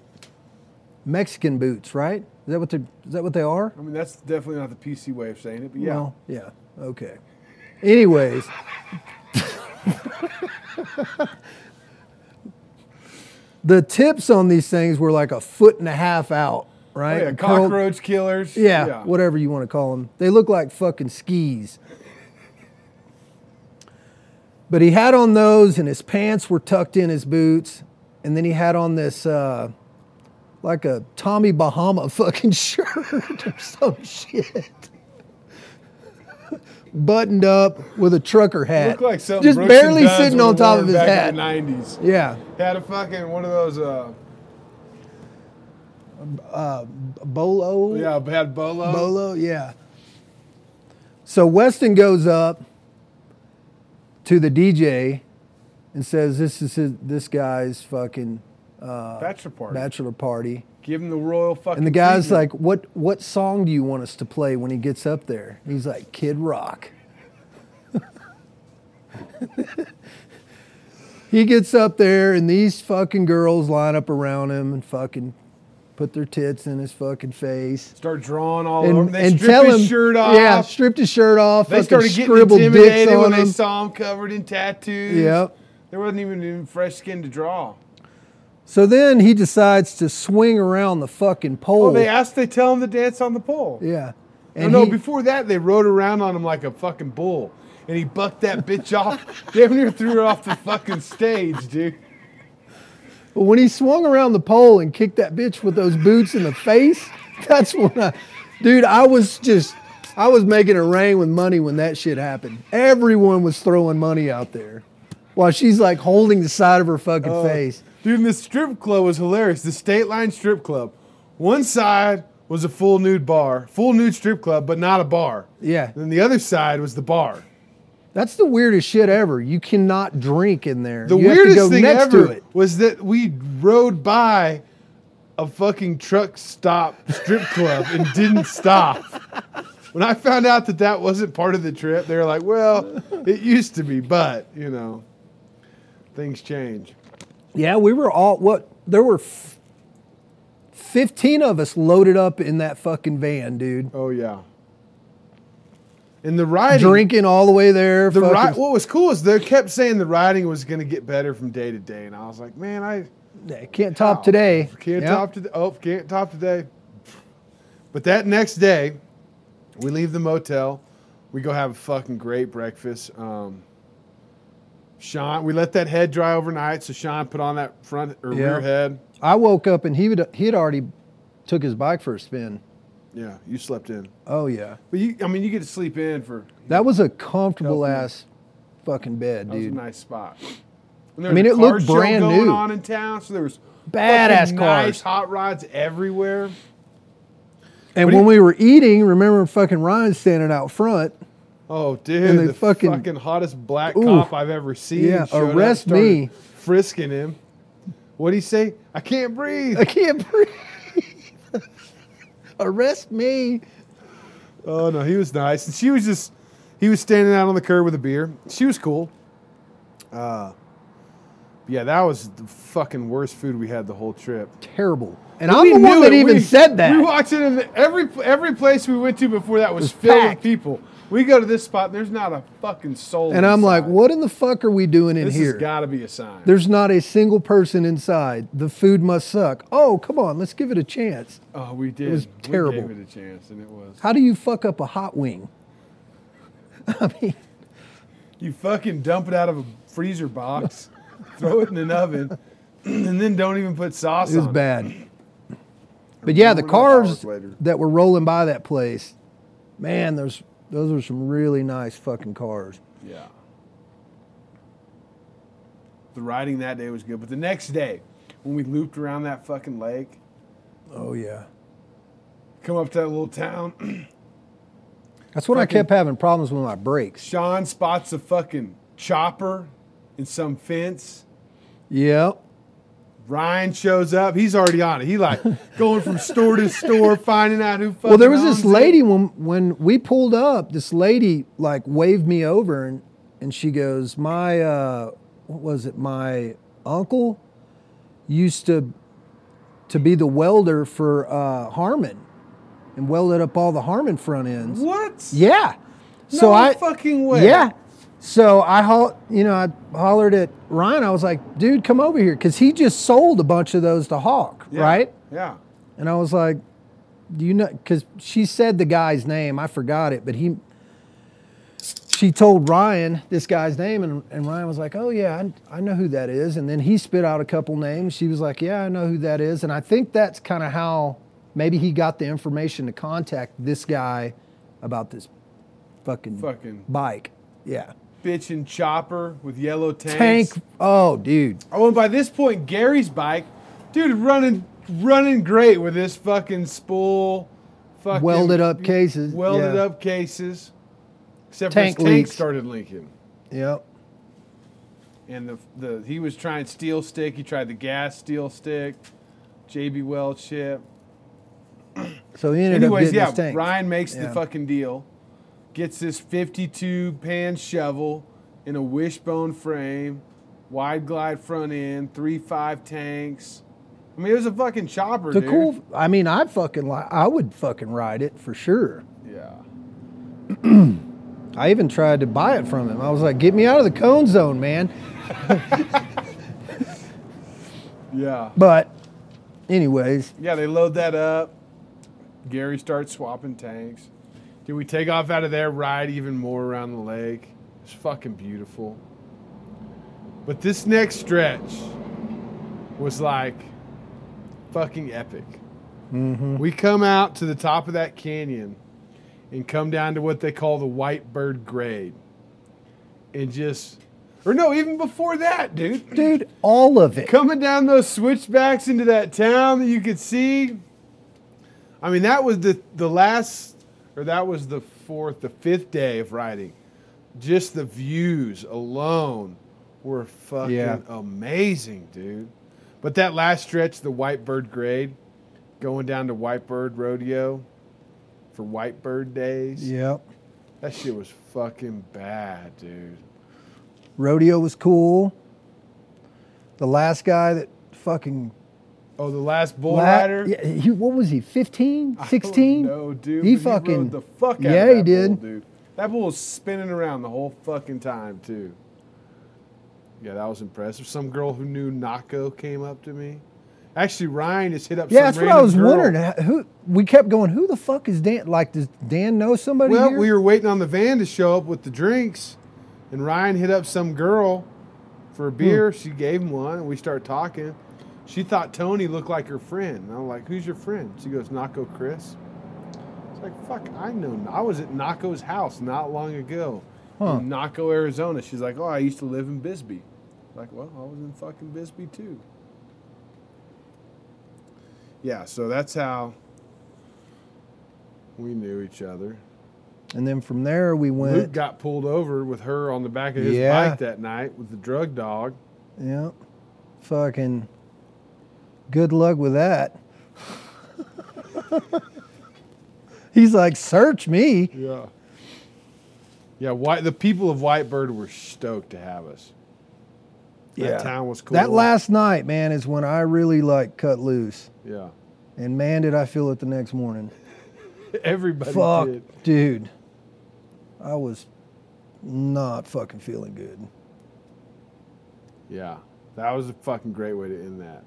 S3: Mexican boots, right? Is that what they? Is that what they are?
S1: I mean, that's definitely not the PC way of saying it, but yeah.
S3: Well, yeah. Okay. Anyways. the tips on these things were like a foot and a half out,
S1: Oh,
S3: right?
S1: yeah,
S3: And curled-
S1: cockroach killers.
S3: yeah, whatever you want to call them. They look like fucking skis. But he had on those, and his pants were tucked in his boots, and then he had on this uh, like a Tommy Bahama fucking shirt or some shit, buttoned up with a trucker hat,
S1: Looked like something
S3: just
S1: Brooks and
S3: barely
S1: Dunn's
S3: sitting
S1: would've
S3: on top
S1: worn
S3: of his
S1: back in
S3: hat.
S1: the 90s.
S3: Yeah,
S1: Had a fucking one of those, uh,
S3: a bolo.
S1: yeah, had bolo.
S3: Bolo, yeah. So Weston goes up to the DJ and says, "This is his, this guy's fucking
S1: bachelor party.
S3: bachelor party."
S1: uh, Give him the royal fucking.
S3: And the guy's
S1: treatment.
S3: like, "What what song do you want us to play when he gets up there?" And he's like, "Kid Rock." he gets up there, and these fucking girls line up around him and fucking put their tits in his fucking face.
S1: start drawing all over.
S3: and,
S1: him. They
S3: and
S1: stripped
S3: tell
S1: his
S3: him,
S1: shirt off.
S3: yeah, stripped his shirt off.
S1: they
S3: fucking
S1: started getting
S3: scribbled dicks
S1: intimidated
S3: on
S1: when they
S3: him.
S1: saw him covered in tattoos.
S3: Yep.
S1: There wasn't even, even fresh skin to draw.
S3: So then he decides to swing around the fucking pole.
S1: Oh, they asked, they tell him to dance on the pole.
S3: yeah.
S1: No, no, before that, they rode around on him like a fucking bull. And he bucked that bitch off. Damn near threw her off the fucking stage, dude.
S3: But when he swung around the pole and kicked that bitch with those boots in the face, that's when I, dude, I was just, I was making it rain with money when that shit happened. Everyone was throwing money out there while she's like holding the side of her fucking
S1: Oh.
S3: face.
S1: Dude, and this strip club was hilarious. The State Line Strip Club. One side was a full nude bar, full nude strip club, but not a bar.
S3: Yeah.
S1: And then the other side was the bar.
S3: That's the weirdest shit ever. You cannot drink in there.
S1: The
S3: you
S1: weirdest thing
S3: next
S1: ever
S3: to it.
S1: was that we rode by a fucking truck stop strip club and didn't stop. When I found out that that wasn't part of the trip, they were like, "Well, it used to be, but you know, things change."
S3: Yeah, we were all what there were f- 15 of us loaded up in that fucking van, dude.
S1: Oh yeah. And the riding,
S3: Drinking all the way there.
S1: the
S3: fucking-
S1: ride. What was cool is they kept saying the riding was going to get better from day to day, and I was like, "Man, I." Oh,
S3: Yeah, can't top today.
S1: Can't
S3: Yeah.
S1: top today. Oh, can't top today. But that next day, we leave the motel. We go have a fucking great breakfast. Um, Sean, we let that head dry overnight, so Sean put on that front or
S3: Yeah.
S1: rear head.
S3: I woke up and he would, he had already took his bike for a spin.
S1: Yeah, you slept in.
S3: Oh yeah,
S1: But you, I mean, you get to sleep in for
S3: that was a comfortable
S1: Help me.
S3: ass fucking bed,
S1: that was a
S3: dude.
S1: nice spot. And there
S3: I mean,
S1: was a
S3: it
S1: car
S3: looked
S1: show
S3: brand
S1: going
S3: new.
S1: on in town, so there was
S3: Badass
S1: fucking nice
S3: cars.
S1: hot rods everywhere.
S3: And
S1: What do
S3: when we were eating, remember fucking Ryan standing out front?
S1: Oh, dude,
S3: And they
S1: the fucking,
S3: fucking-
S1: hottest black
S3: Ooh.
S1: cop I've ever seen.
S3: Yeah,
S1: showed up,
S3: arrest
S1: started
S3: me.
S1: Frisking him. What'd he say? I can't breathe.
S3: I can't breathe. Arrest me.
S1: oh, no, he was nice. And she was just, he was standing out on the curb with a beer. She was cool. Uh, yeah, that was the fucking worst food we had the whole trip.
S3: Terrible. And I'm the one
S1: knew
S3: that
S1: it.
S3: even
S1: We-
S3: said that.
S1: We walked in and every every place we went to before that was,
S3: was
S1: filled
S3: packed.
S1: with people. We go to this spot and there's not a fucking soul.
S3: and I'm like,
S1: inside.
S3: what in the fuck are we doing in
S1: This
S3: here?
S1: has got to be a sign.
S3: There's not a single person inside. The food must suck. Oh, come on, let's give it a chance.
S1: Oh, we did.
S3: was
S1: We
S3: terrible.
S1: gave it a chance, and it was.
S3: How do you fuck up a hot wing? I mean,
S1: You fucking dump it out of a freezer box, throw it in an oven, and then don't even put sauce
S3: It was
S1: on
S3: bad. But yeah, the
S1: Remember that hours
S3: cars
S1: later.
S3: that were rolling by that place, man, those those were some really nice fucking cars.
S1: Yeah. The riding that day was good, but the next day, when we looped around that fucking lake,
S3: Oh yeah,
S1: come up to that little town,
S3: that's when I
S1: Fucking-
S3: kept having problems with my brakes.
S1: Sean spots a fucking chopper in some fence.
S3: Yeah,
S1: Ryan shows up. He's already on it. He like going from store to store, finding out who. Fucking
S3: Well, there was this
S1: owns it.
S3: lady when when we pulled up. This lady like waved me over and and she goes, "My uh, what was it? My uncle used to to be the welder for uh, Harmon and welded up all the Harmon front ends."
S1: What?
S3: Yeah. So
S1: No
S3: I
S1: fucking way.
S3: Yeah. So I haul, you know, I hollered at Ryan. I was like, "Dude, come over here," because he just sold a bunch of those to Hawk,
S1: Yeah,
S3: right?
S1: Yeah.
S3: And I was like, "Do you know?" Because she said the guy's name. I forgot it, but he. She told Ryan this guy's name, and, and Ryan was like, "Oh yeah, I, I know who that is." And then he spit out a couple names. She was like, "Yeah, I know who that is." And I think that's kind of how maybe he got the information to contact this guy about this fucking
S1: Fucking-
S3: bike. Yeah,
S1: Bitchin' chopper with yellow tanks.
S3: tank. Oh, dude,
S1: Oh, and by this point, Gary's bike, dude, running running great with this fucking spool. Fucking
S3: welded up cases.
S1: Welded
S3: Yeah.
S1: up cases. Except
S3: Tank
S1: for his tank
S3: leaks.
S1: started leaking.
S3: Yep.
S1: And the, the he was trying steel stick. He tried the gas steel stick. JB Weld chip.
S3: So he ended
S1: Anyways,
S3: up getting
S1: yeah,
S3: his tank.
S1: Ryan makes the
S3: Yeah.
S1: fucking deal, gets this 52 pan shovel in a wishbone frame, wide glide front end, three five tanks. I mean, it was a fucking chopper,
S3: The
S1: dude.
S3: cool. I mean, I'd fucking. Li- I would fucking ride it for sure.
S1: Yeah.
S3: I even tried to buy it from him. I was like, "Get me out of the cone zone, man."
S1: Yeah.
S3: But, anyways,
S1: Yeah, they load that up. Gary starts swapping tanks. Dude, we take off out of there, ride even more around the lake. It's fucking beautiful. But this next stretch was like fucking epic. We come out to the top of that canyon and come down to what they call the White Bird Grade. And just, or no, even before that, dude
S3: dude, all of it.
S1: coming down those switchbacks into that town that you could see. I mean, that was the the last, or that was the fourth, the fifth day of riding. Just the views alone were fucking
S3: Yeah.
S1: amazing, dude. But that last stretch, the White Bird Grade, going down to White Bird Rodeo for White Bird Days.
S3: Yep.
S1: That shit was fucking bad, dude.
S3: Rodeo was cool. The last guy that fucking
S1: Oh, the last bull
S3: La-
S1: rider.
S3: Yeah, he, what was he? 15?
S1: I don't
S3: 16?
S1: know, dude.
S3: Oh, He
S1: but rode
S3: fucking
S1: the fuck out
S3: Yeah,
S1: of that
S3: he
S1: bull,
S3: did.
S1: dude. That bull was spinning around the whole fucking time too. Yeah, that was impressive. Some girl who knew Nako came up to me. Actually, Ryan just hit up.
S3: Yeah,
S1: some
S3: that's what I
S1: random
S3: was
S1: girl.
S3: wondering. How- Who we kept going? Who the fuck is Dan? Like, does Dan know somebody?
S1: Well,
S3: here?
S1: we were waiting on the van to show up with the drinks, and Ryan hit up some girl for a
S3: Hmm.
S1: beer. She gave him one, and we started talking. She thought Tony looked like her friend. And I'm like, "Who's your friend?" She goes, "Naco Chris." It's like, "Fuck, I know. I was at Naco's house not long ago
S3: Huh.
S1: in Naco, Arizona." She's like, "Oh, I used to live in Bisbee." Like, well, I was in fucking Bisbee too. Yeah, so that's how we knew each other.
S3: and then from there we
S1: Luke
S3: went.
S1: got pulled over with her on the back of his
S3: Yeah.
S1: bike that night with the drug dog.
S3: yeah, fucking. Good luck with that. He's like, search me.
S1: Yeah. Yeah, white, the people of Whitebird were stoked to have us. That town was cool.
S3: That last night, man, is when I really like cut loose.
S1: Yeah.
S3: And man, did I feel it the next morning.
S1: Everybody
S3: Fuck,
S1: did.
S3: dude. I was not fucking feeling good.
S1: Yeah. That was a fucking great way to end that.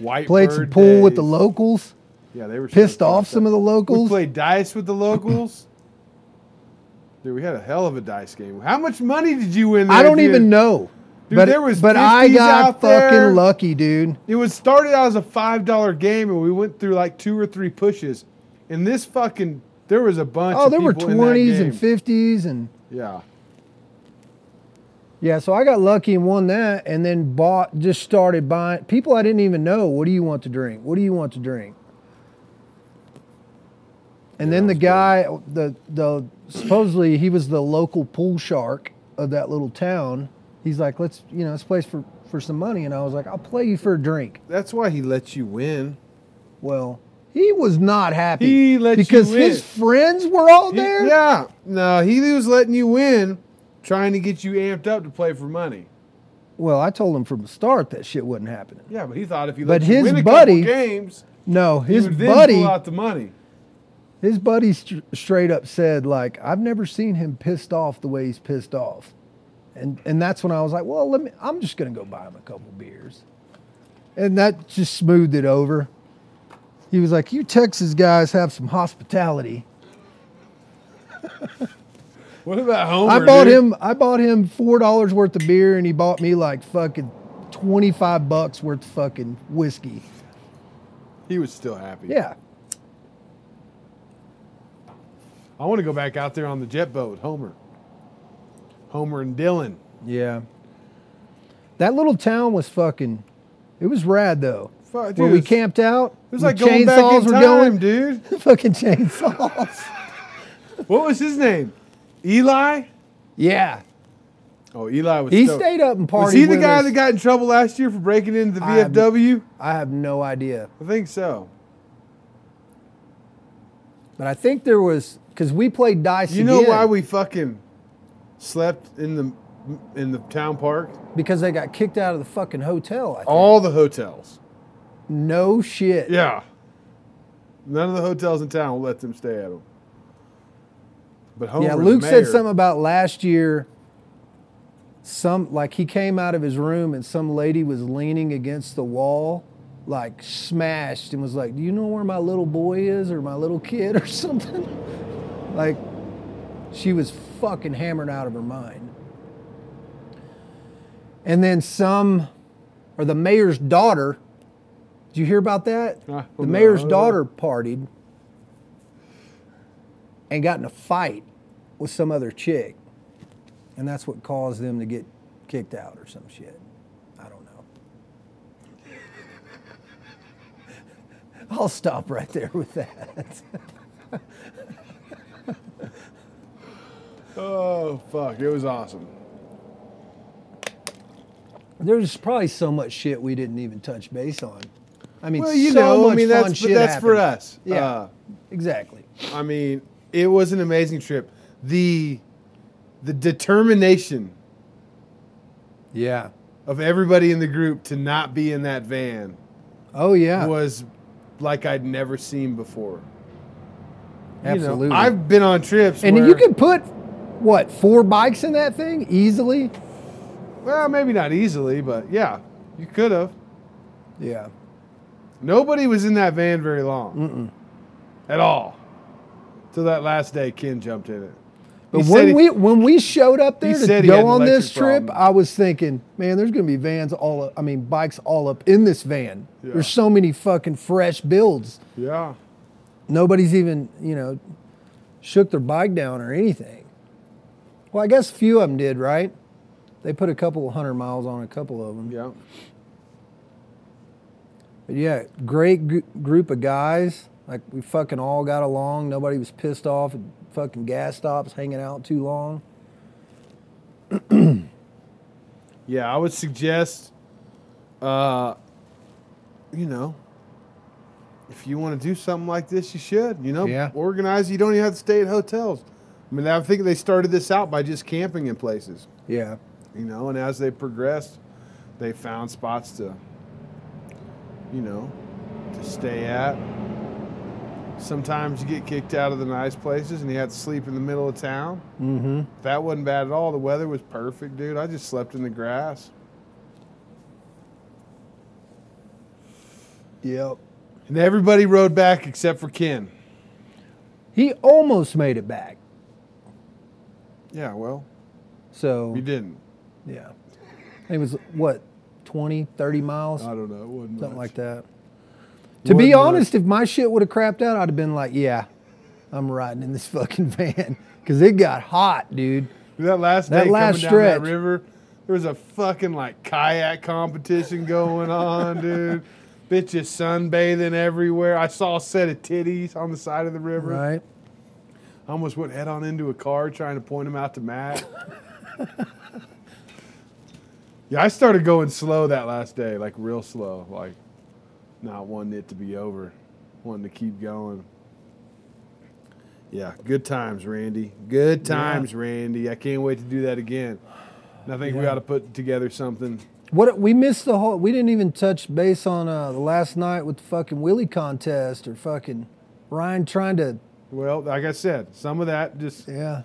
S1: White
S3: Played some pool with the locals.
S1: Yeah, they were
S3: Pissed
S1: stoked about
S3: off some of
S1: that.
S3: the
S1: We
S3: locals.
S1: played dice with the locals. Dude, we had a hell of a dice game. How much money did you win? There,
S3: I don't
S1: dude?
S3: even know.
S1: Dude,
S3: but
S1: there was
S3: but I
S1: 50s
S3: got
S1: out there.
S3: fucking lucky, dude.
S1: It was started out as a five dollar game, and we went through like two or three pushes. And this fucking there was a bunch.
S3: Oh,
S1: of
S3: there were
S1: people in that
S3: 20s and
S1: game.
S3: 50s and
S1: Yeah,
S3: yeah, so I got lucky and won that and then bought just started buying people I didn't even know, what do you want to drink? What do you want to drink? And
S1: Yeah, that
S3: then the
S1: was good.
S3: guy the the supposedly he was the local pool shark of that little town. He's like, "Let's, you know, let's play for for some money." And I was like, "I'll play you for a drink."
S1: that's why he let you win.
S3: Well, he was not happy.
S1: He let you
S3: because
S1: in.
S3: his friends were all
S1: He-
S3: there.
S1: yeah, no, he was letting you win, trying to get you amped up to play for money.
S3: Well, I told him from the start that shit wasn't happening.
S1: Yeah, but he thought if he
S3: But
S1: let you
S3: his
S1: win a
S3: buddy-
S1: couple games,
S3: No,
S1: he
S3: his
S1: would then
S3: buddy,
S1: pull out the money.
S3: his buddy st- straight up said like, "I've never seen him pissed off the way he's pissed off," and and that's when I was like, "Well, let me. I'm just gonna go buy him a couple beers," and that just smoothed it over. He was like, "You Texas guys have some hospitality."
S1: What about Homer?
S3: I bought
S1: dude?
S3: him. I bought him four dollars worth of beer, and he bought me like fucking twenty five bucks worth of fucking whiskey.
S1: He was still happy.
S3: Yeah.
S1: I want to go back out there on the jet boat with Homer, Homer and Dylan.
S3: Yeah. That little town was fucking. It was rad though.
S1: Fuck, dude,
S3: Where we
S1: it's-
S3: camped out.
S1: It was like going back in time, dude.
S3: fucking chainsaws.
S1: What was his name? Eli?
S3: yeah.
S1: Oh, Eli was.
S3: He
S1: stoked.
S3: stayed up and partied.
S1: Was he the
S3: with
S1: guy
S3: us.
S1: that got in trouble last year for breaking into the
S3: I have-
S1: VFW?
S3: I have no idea,
S1: I think so.
S3: but I think there was because we played dice.
S1: You know
S3: again
S1: why we fucking slept in the in the town park?
S3: Because they got kicked out of the fucking hotel. I think.
S1: All the hotels.
S3: No shit.
S1: Yeah. None of the hotels in town will let them stay at them. But Homer,
S3: yeah,
S1: the
S3: Luke
S1: mayor-
S3: said something about last year. some like he came out of his room and some lady was leaning against the wall like smashed and was like do you know where my little boy is or my little kid or something like she was fucking hammered out of her mind and then some or the mayor's daughter did you hear about that
S1: Uh,
S3: the mayor's
S1: no.
S3: daughter partied and got in a fight with some other chick and that's what caused them to get kicked out or some shit. I don't know. I'll stop right there with that.
S1: Oh fuck! It was awesome.
S3: There's probably so much shit we didn't even touch base on. I mean,
S1: Well, you
S3: so
S1: know, I
S3: much
S1: mean,
S3: fun
S1: that's- but
S3: shit
S1: that's for
S3: happened.
S1: us.
S3: Yeah,
S1: Uh,
S3: exactly.
S1: I mean, it was an amazing trip. The the determination
S3: Yeah.
S1: of everybody in the group to not be in that van
S3: Oh yeah.
S1: was like I'd never seen before. You know,
S3: absolutely.
S1: I've been on trips,
S3: and
S1: where,
S3: you can put what four bikes in that thing easily.
S1: well, maybe not easily, but yeah, you could have.
S3: Yeah.
S1: Nobody was in that van very long, at all. Till that last day, Ken jumped in it.
S3: But
S1: He said
S3: when
S1: he-
S3: we when we showed up
S1: he
S3: there to
S1: said he had
S3: go
S1: an
S3: on this
S1: electric
S3: trip,
S1: problem.
S3: I was thinking, man, there's gonna be vans all up, I mean bikes all up in this van.
S1: Yeah.
S3: There's so many fucking fresh builds.
S1: yeah,
S3: Nobody's even, you know, shook their bike down or anything. Well, I guess a few of them did, right? They put a couple hundred miles on a couple of them.
S1: yeah.
S3: But yeah, great gr- group of guys. Like we fucking all got along. Nobody was pissed off at fucking gas stops hanging out too long.
S1: Yeah, I would suggest, uh, you know, if you want to do something like this, you should. You know,
S3: Yeah.
S1: organize. You don't even have to stay at hotels. I mean, I think they started this out by just camping in places.
S3: Yeah.
S1: You know, and as they progressed, they found spots to, you know, to stay at. Sometimes you get kicked out of the nice places and you had to sleep in the middle of town.
S3: Mm-hmm.
S1: That wasn't bad at all. The weather was perfect, dude. I just slept in the grass.
S3: Yep.
S1: And everybody rode back except for Ken.
S3: He almost made it back.
S1: Yeah, well,
S3: So,
S1: you didn't.
S3: yeah. It was what, 20, 30 miles?
S1: I don't know. It wasn't
S3: something
S1: much.
S3: like that. To be
S1: Wasn't much.
S3: honest, if my shit would have crapped out, I'd have been like, yeah, I'm riding in this fucking van. Because it got hot, dude.
S1: That last
S3: That
S1: day
S3: last
S1: coming down
S3: stretch.
S1: that river, there was a fucking like kayak competition going on, dude. Bitches sunbathing everywhere. I saw a set of titties on the side of the river.
S3: Right?
S1: I almost went head on into a car trying to point them out to Matt. yeah, I started going slow that last day, like real slow, like not wanting it to be over, wanting to keep going. Yeah, good times, Randy. Good times, Randy. I can't wait to do that again. And I think we
S3: Yeah.
S1: ought to put together something.
S3: What we missed the whole. We didn't even touch base on uh, the last night with the fucking Willie contest or fucking Ryan trying to.
S1: Well, like I said, some of that just
S3: Yeah.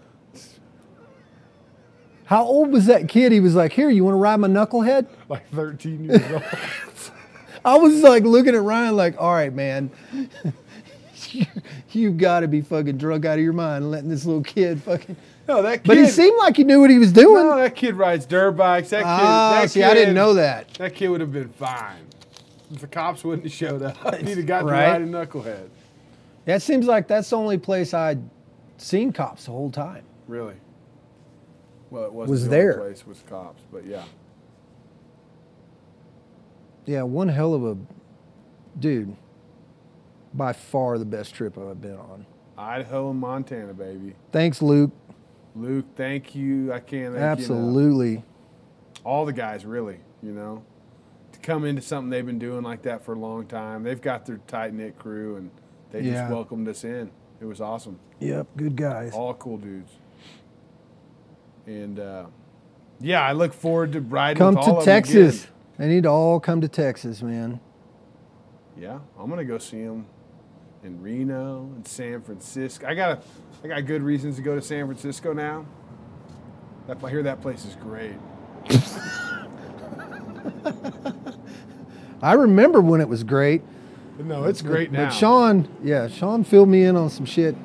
S3: How old was that kid? He was like, "Here, you want to ride my knucklehead?"
S1: like 13 years old.
S3: I was like looking at Ryan like, all right, man, you, you've got to be fucking drunk out of your mind letting this little kid fucking.
S1: no, that kid.
S3: But he seemed like he knew what he was doing.
S1: no, that kid rides dirt bikes. That kid.
S3: Ah,
S1: that
S3: see, I didn't
S1: kid-
S3: know that.
S1: That kid would have been fine. If the cops wouldn't have showed up, he'd have gotten
S3: Right.
S1: right a knucklehead.
S3: That seems like that's the only place I'd seen cops the whole time.
S1: Really? Well, it wasn't
S3: Was
S1: the only
S3: there.
S1: place was cops, but yeah.
S3: Yeah, one hell of a dude. By far the best trip I've been on.
S1: Idaho and Montana, baby.
S3: Thanks, Luke.
S1: Luke, thank you. I can't thank you enough.
S3: Absolutely.
S1: All the guys, really, you know, to come into something they've been doing like that for a long time. They've got their tight knit crew, and they
S3: Yeah.
S1: just welcomed us in. It was awesome.
S3: Yep, good guys.
S1: all cool dudes. And uh, yeah, I look forward to riding.
S3: Come
S1: with all
S3: to
S1: of 'em
S3: Texas. They need to all come to Texas, man.
S1: again. Yeah, I'm gonna go see them in Reno and San Francisco. I got I got good reasons to go to San Francisco now. That I hear that place is great.
S3: I remember when it was great.
S4: No, it's great now.
S3: But Sean, yeah, Sean filled me in on some shit.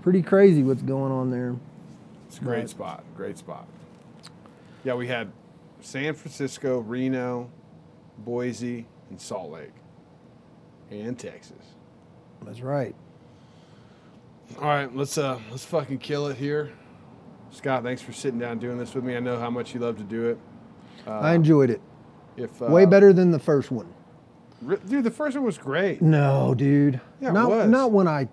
S3: Pretty crazy what's going on there.
S4: It's a great spot. Great spot. Yeah, we had San Francisco, Reno, Boise, and Salt Lake, and Texas.
S3: That's right.
S4: All right, let's uh let's fucking kill it here. Scott, thanks for sitting down and doing this with me. I know how much you love to do it.
S3: I enjoyed it.
S4: If uh,
S3: Way better than the first one.
S4: re- dude, the first one was great.
S3: No, dude.
S4: Yeah, it
S3: not
S4: was.
S3: not when I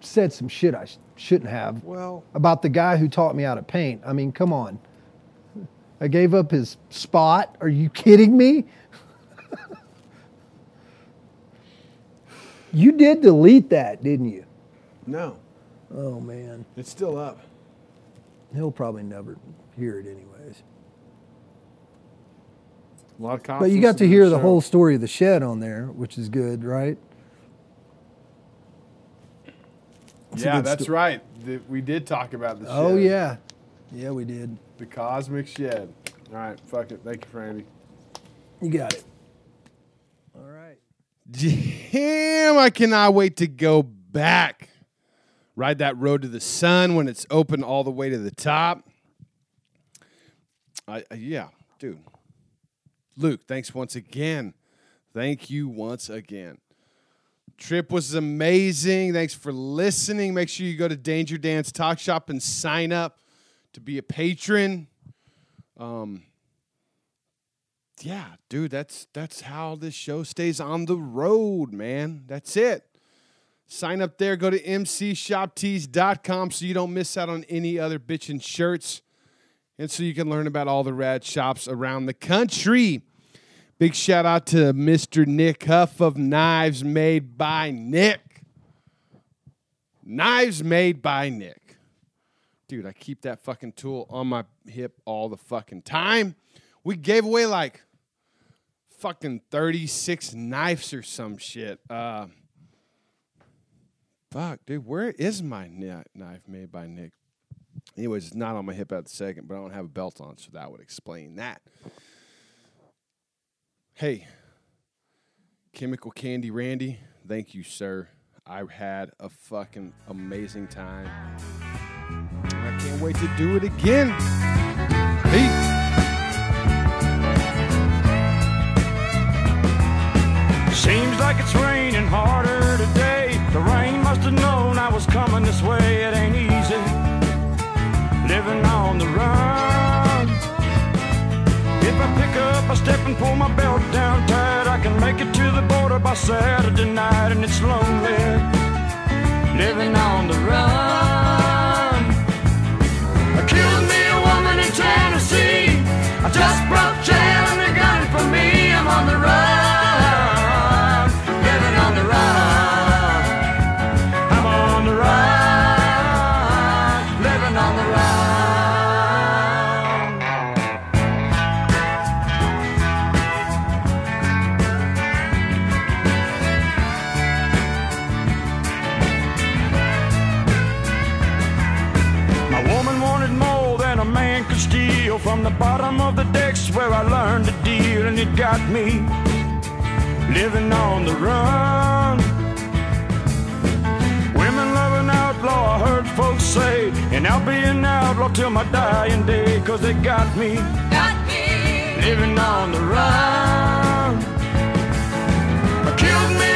S3: said some shit I sh- shouldn't have
S4: Well,
S3: about the guy who taught me how to paint. I mean, come on. I gave up his spot. Are you kidding me? you did delete that, didn't you?
S4: no,
S3: Oh man,
S4: it's still up.
S3: he'll probably never hear it anyways.
S4: A lot of cops.
S3: But you
S4: listen
S3: got to
S4: this
S3: hear the
S4: show.
S3: whole story of the shed on there, which is good, right? It's a
S4: Yeah,
S3: good
S4: that's
S3: sto-
S4: right. The- we did talk about the.
S3: Oh
S4: shed.
S3: yeah, yeah we did.
S4: the cosmic shed. All right, fuck it. Thank you, Franny.
S3: You got it. All right.
S1: Damn, I cannot wait to go back. Ride that road to the sun when it's open all the way to the top. I, I- yeah, dude. Luke, thanks once again. Thank you once again. Trip was amazing. Thanks for listening. Make sure you go to Danger Dance Talk Shop and sign up to be a patron. Um, yeah, dude, that's that's how this show stays on the road, man. That's it. Sign up there, go to mcshoptees.com so you don't miss out on any other bitchin' shirts. And so you can learn about all the rad shops around the country. Big shout out to Mr. Nick Huff of Knives Made by Nick. Knives Made by Nick. Dude, I keep that fucking tool on my hip all the fucking time. We gave away like fucking 36 knives or some shit. Uh, fuck, dude, where is my kni- knife made by Nick? Anyways, it's not on my hip at the second, but I don't have a belt on, so that would explain that. Hey, Chemical Candy Randy, thank you, sir. I had a fucking amazing time. I can't wait to do it again. Peace.
S2: Seems like it's raining harder today. The rain must have known I was coming this way. It ain't easy living on the run. If I pick up a step and pull my belt down tight, I can make it to the border by Saturday night, and it's lonely living on the run. Accused me a woman in Tennessee. I just broke jail and they got it for me. I'm on the run, living on the run. I'm on the run, living on the run. My woman wanted more than a man could steal from the bottom of the decks where I learned to deal, and it got me living on the run. Women love an outlaw, I heard folks say, and I'll be an outlaw till my dying day, cause they got me, living on the run. Killed me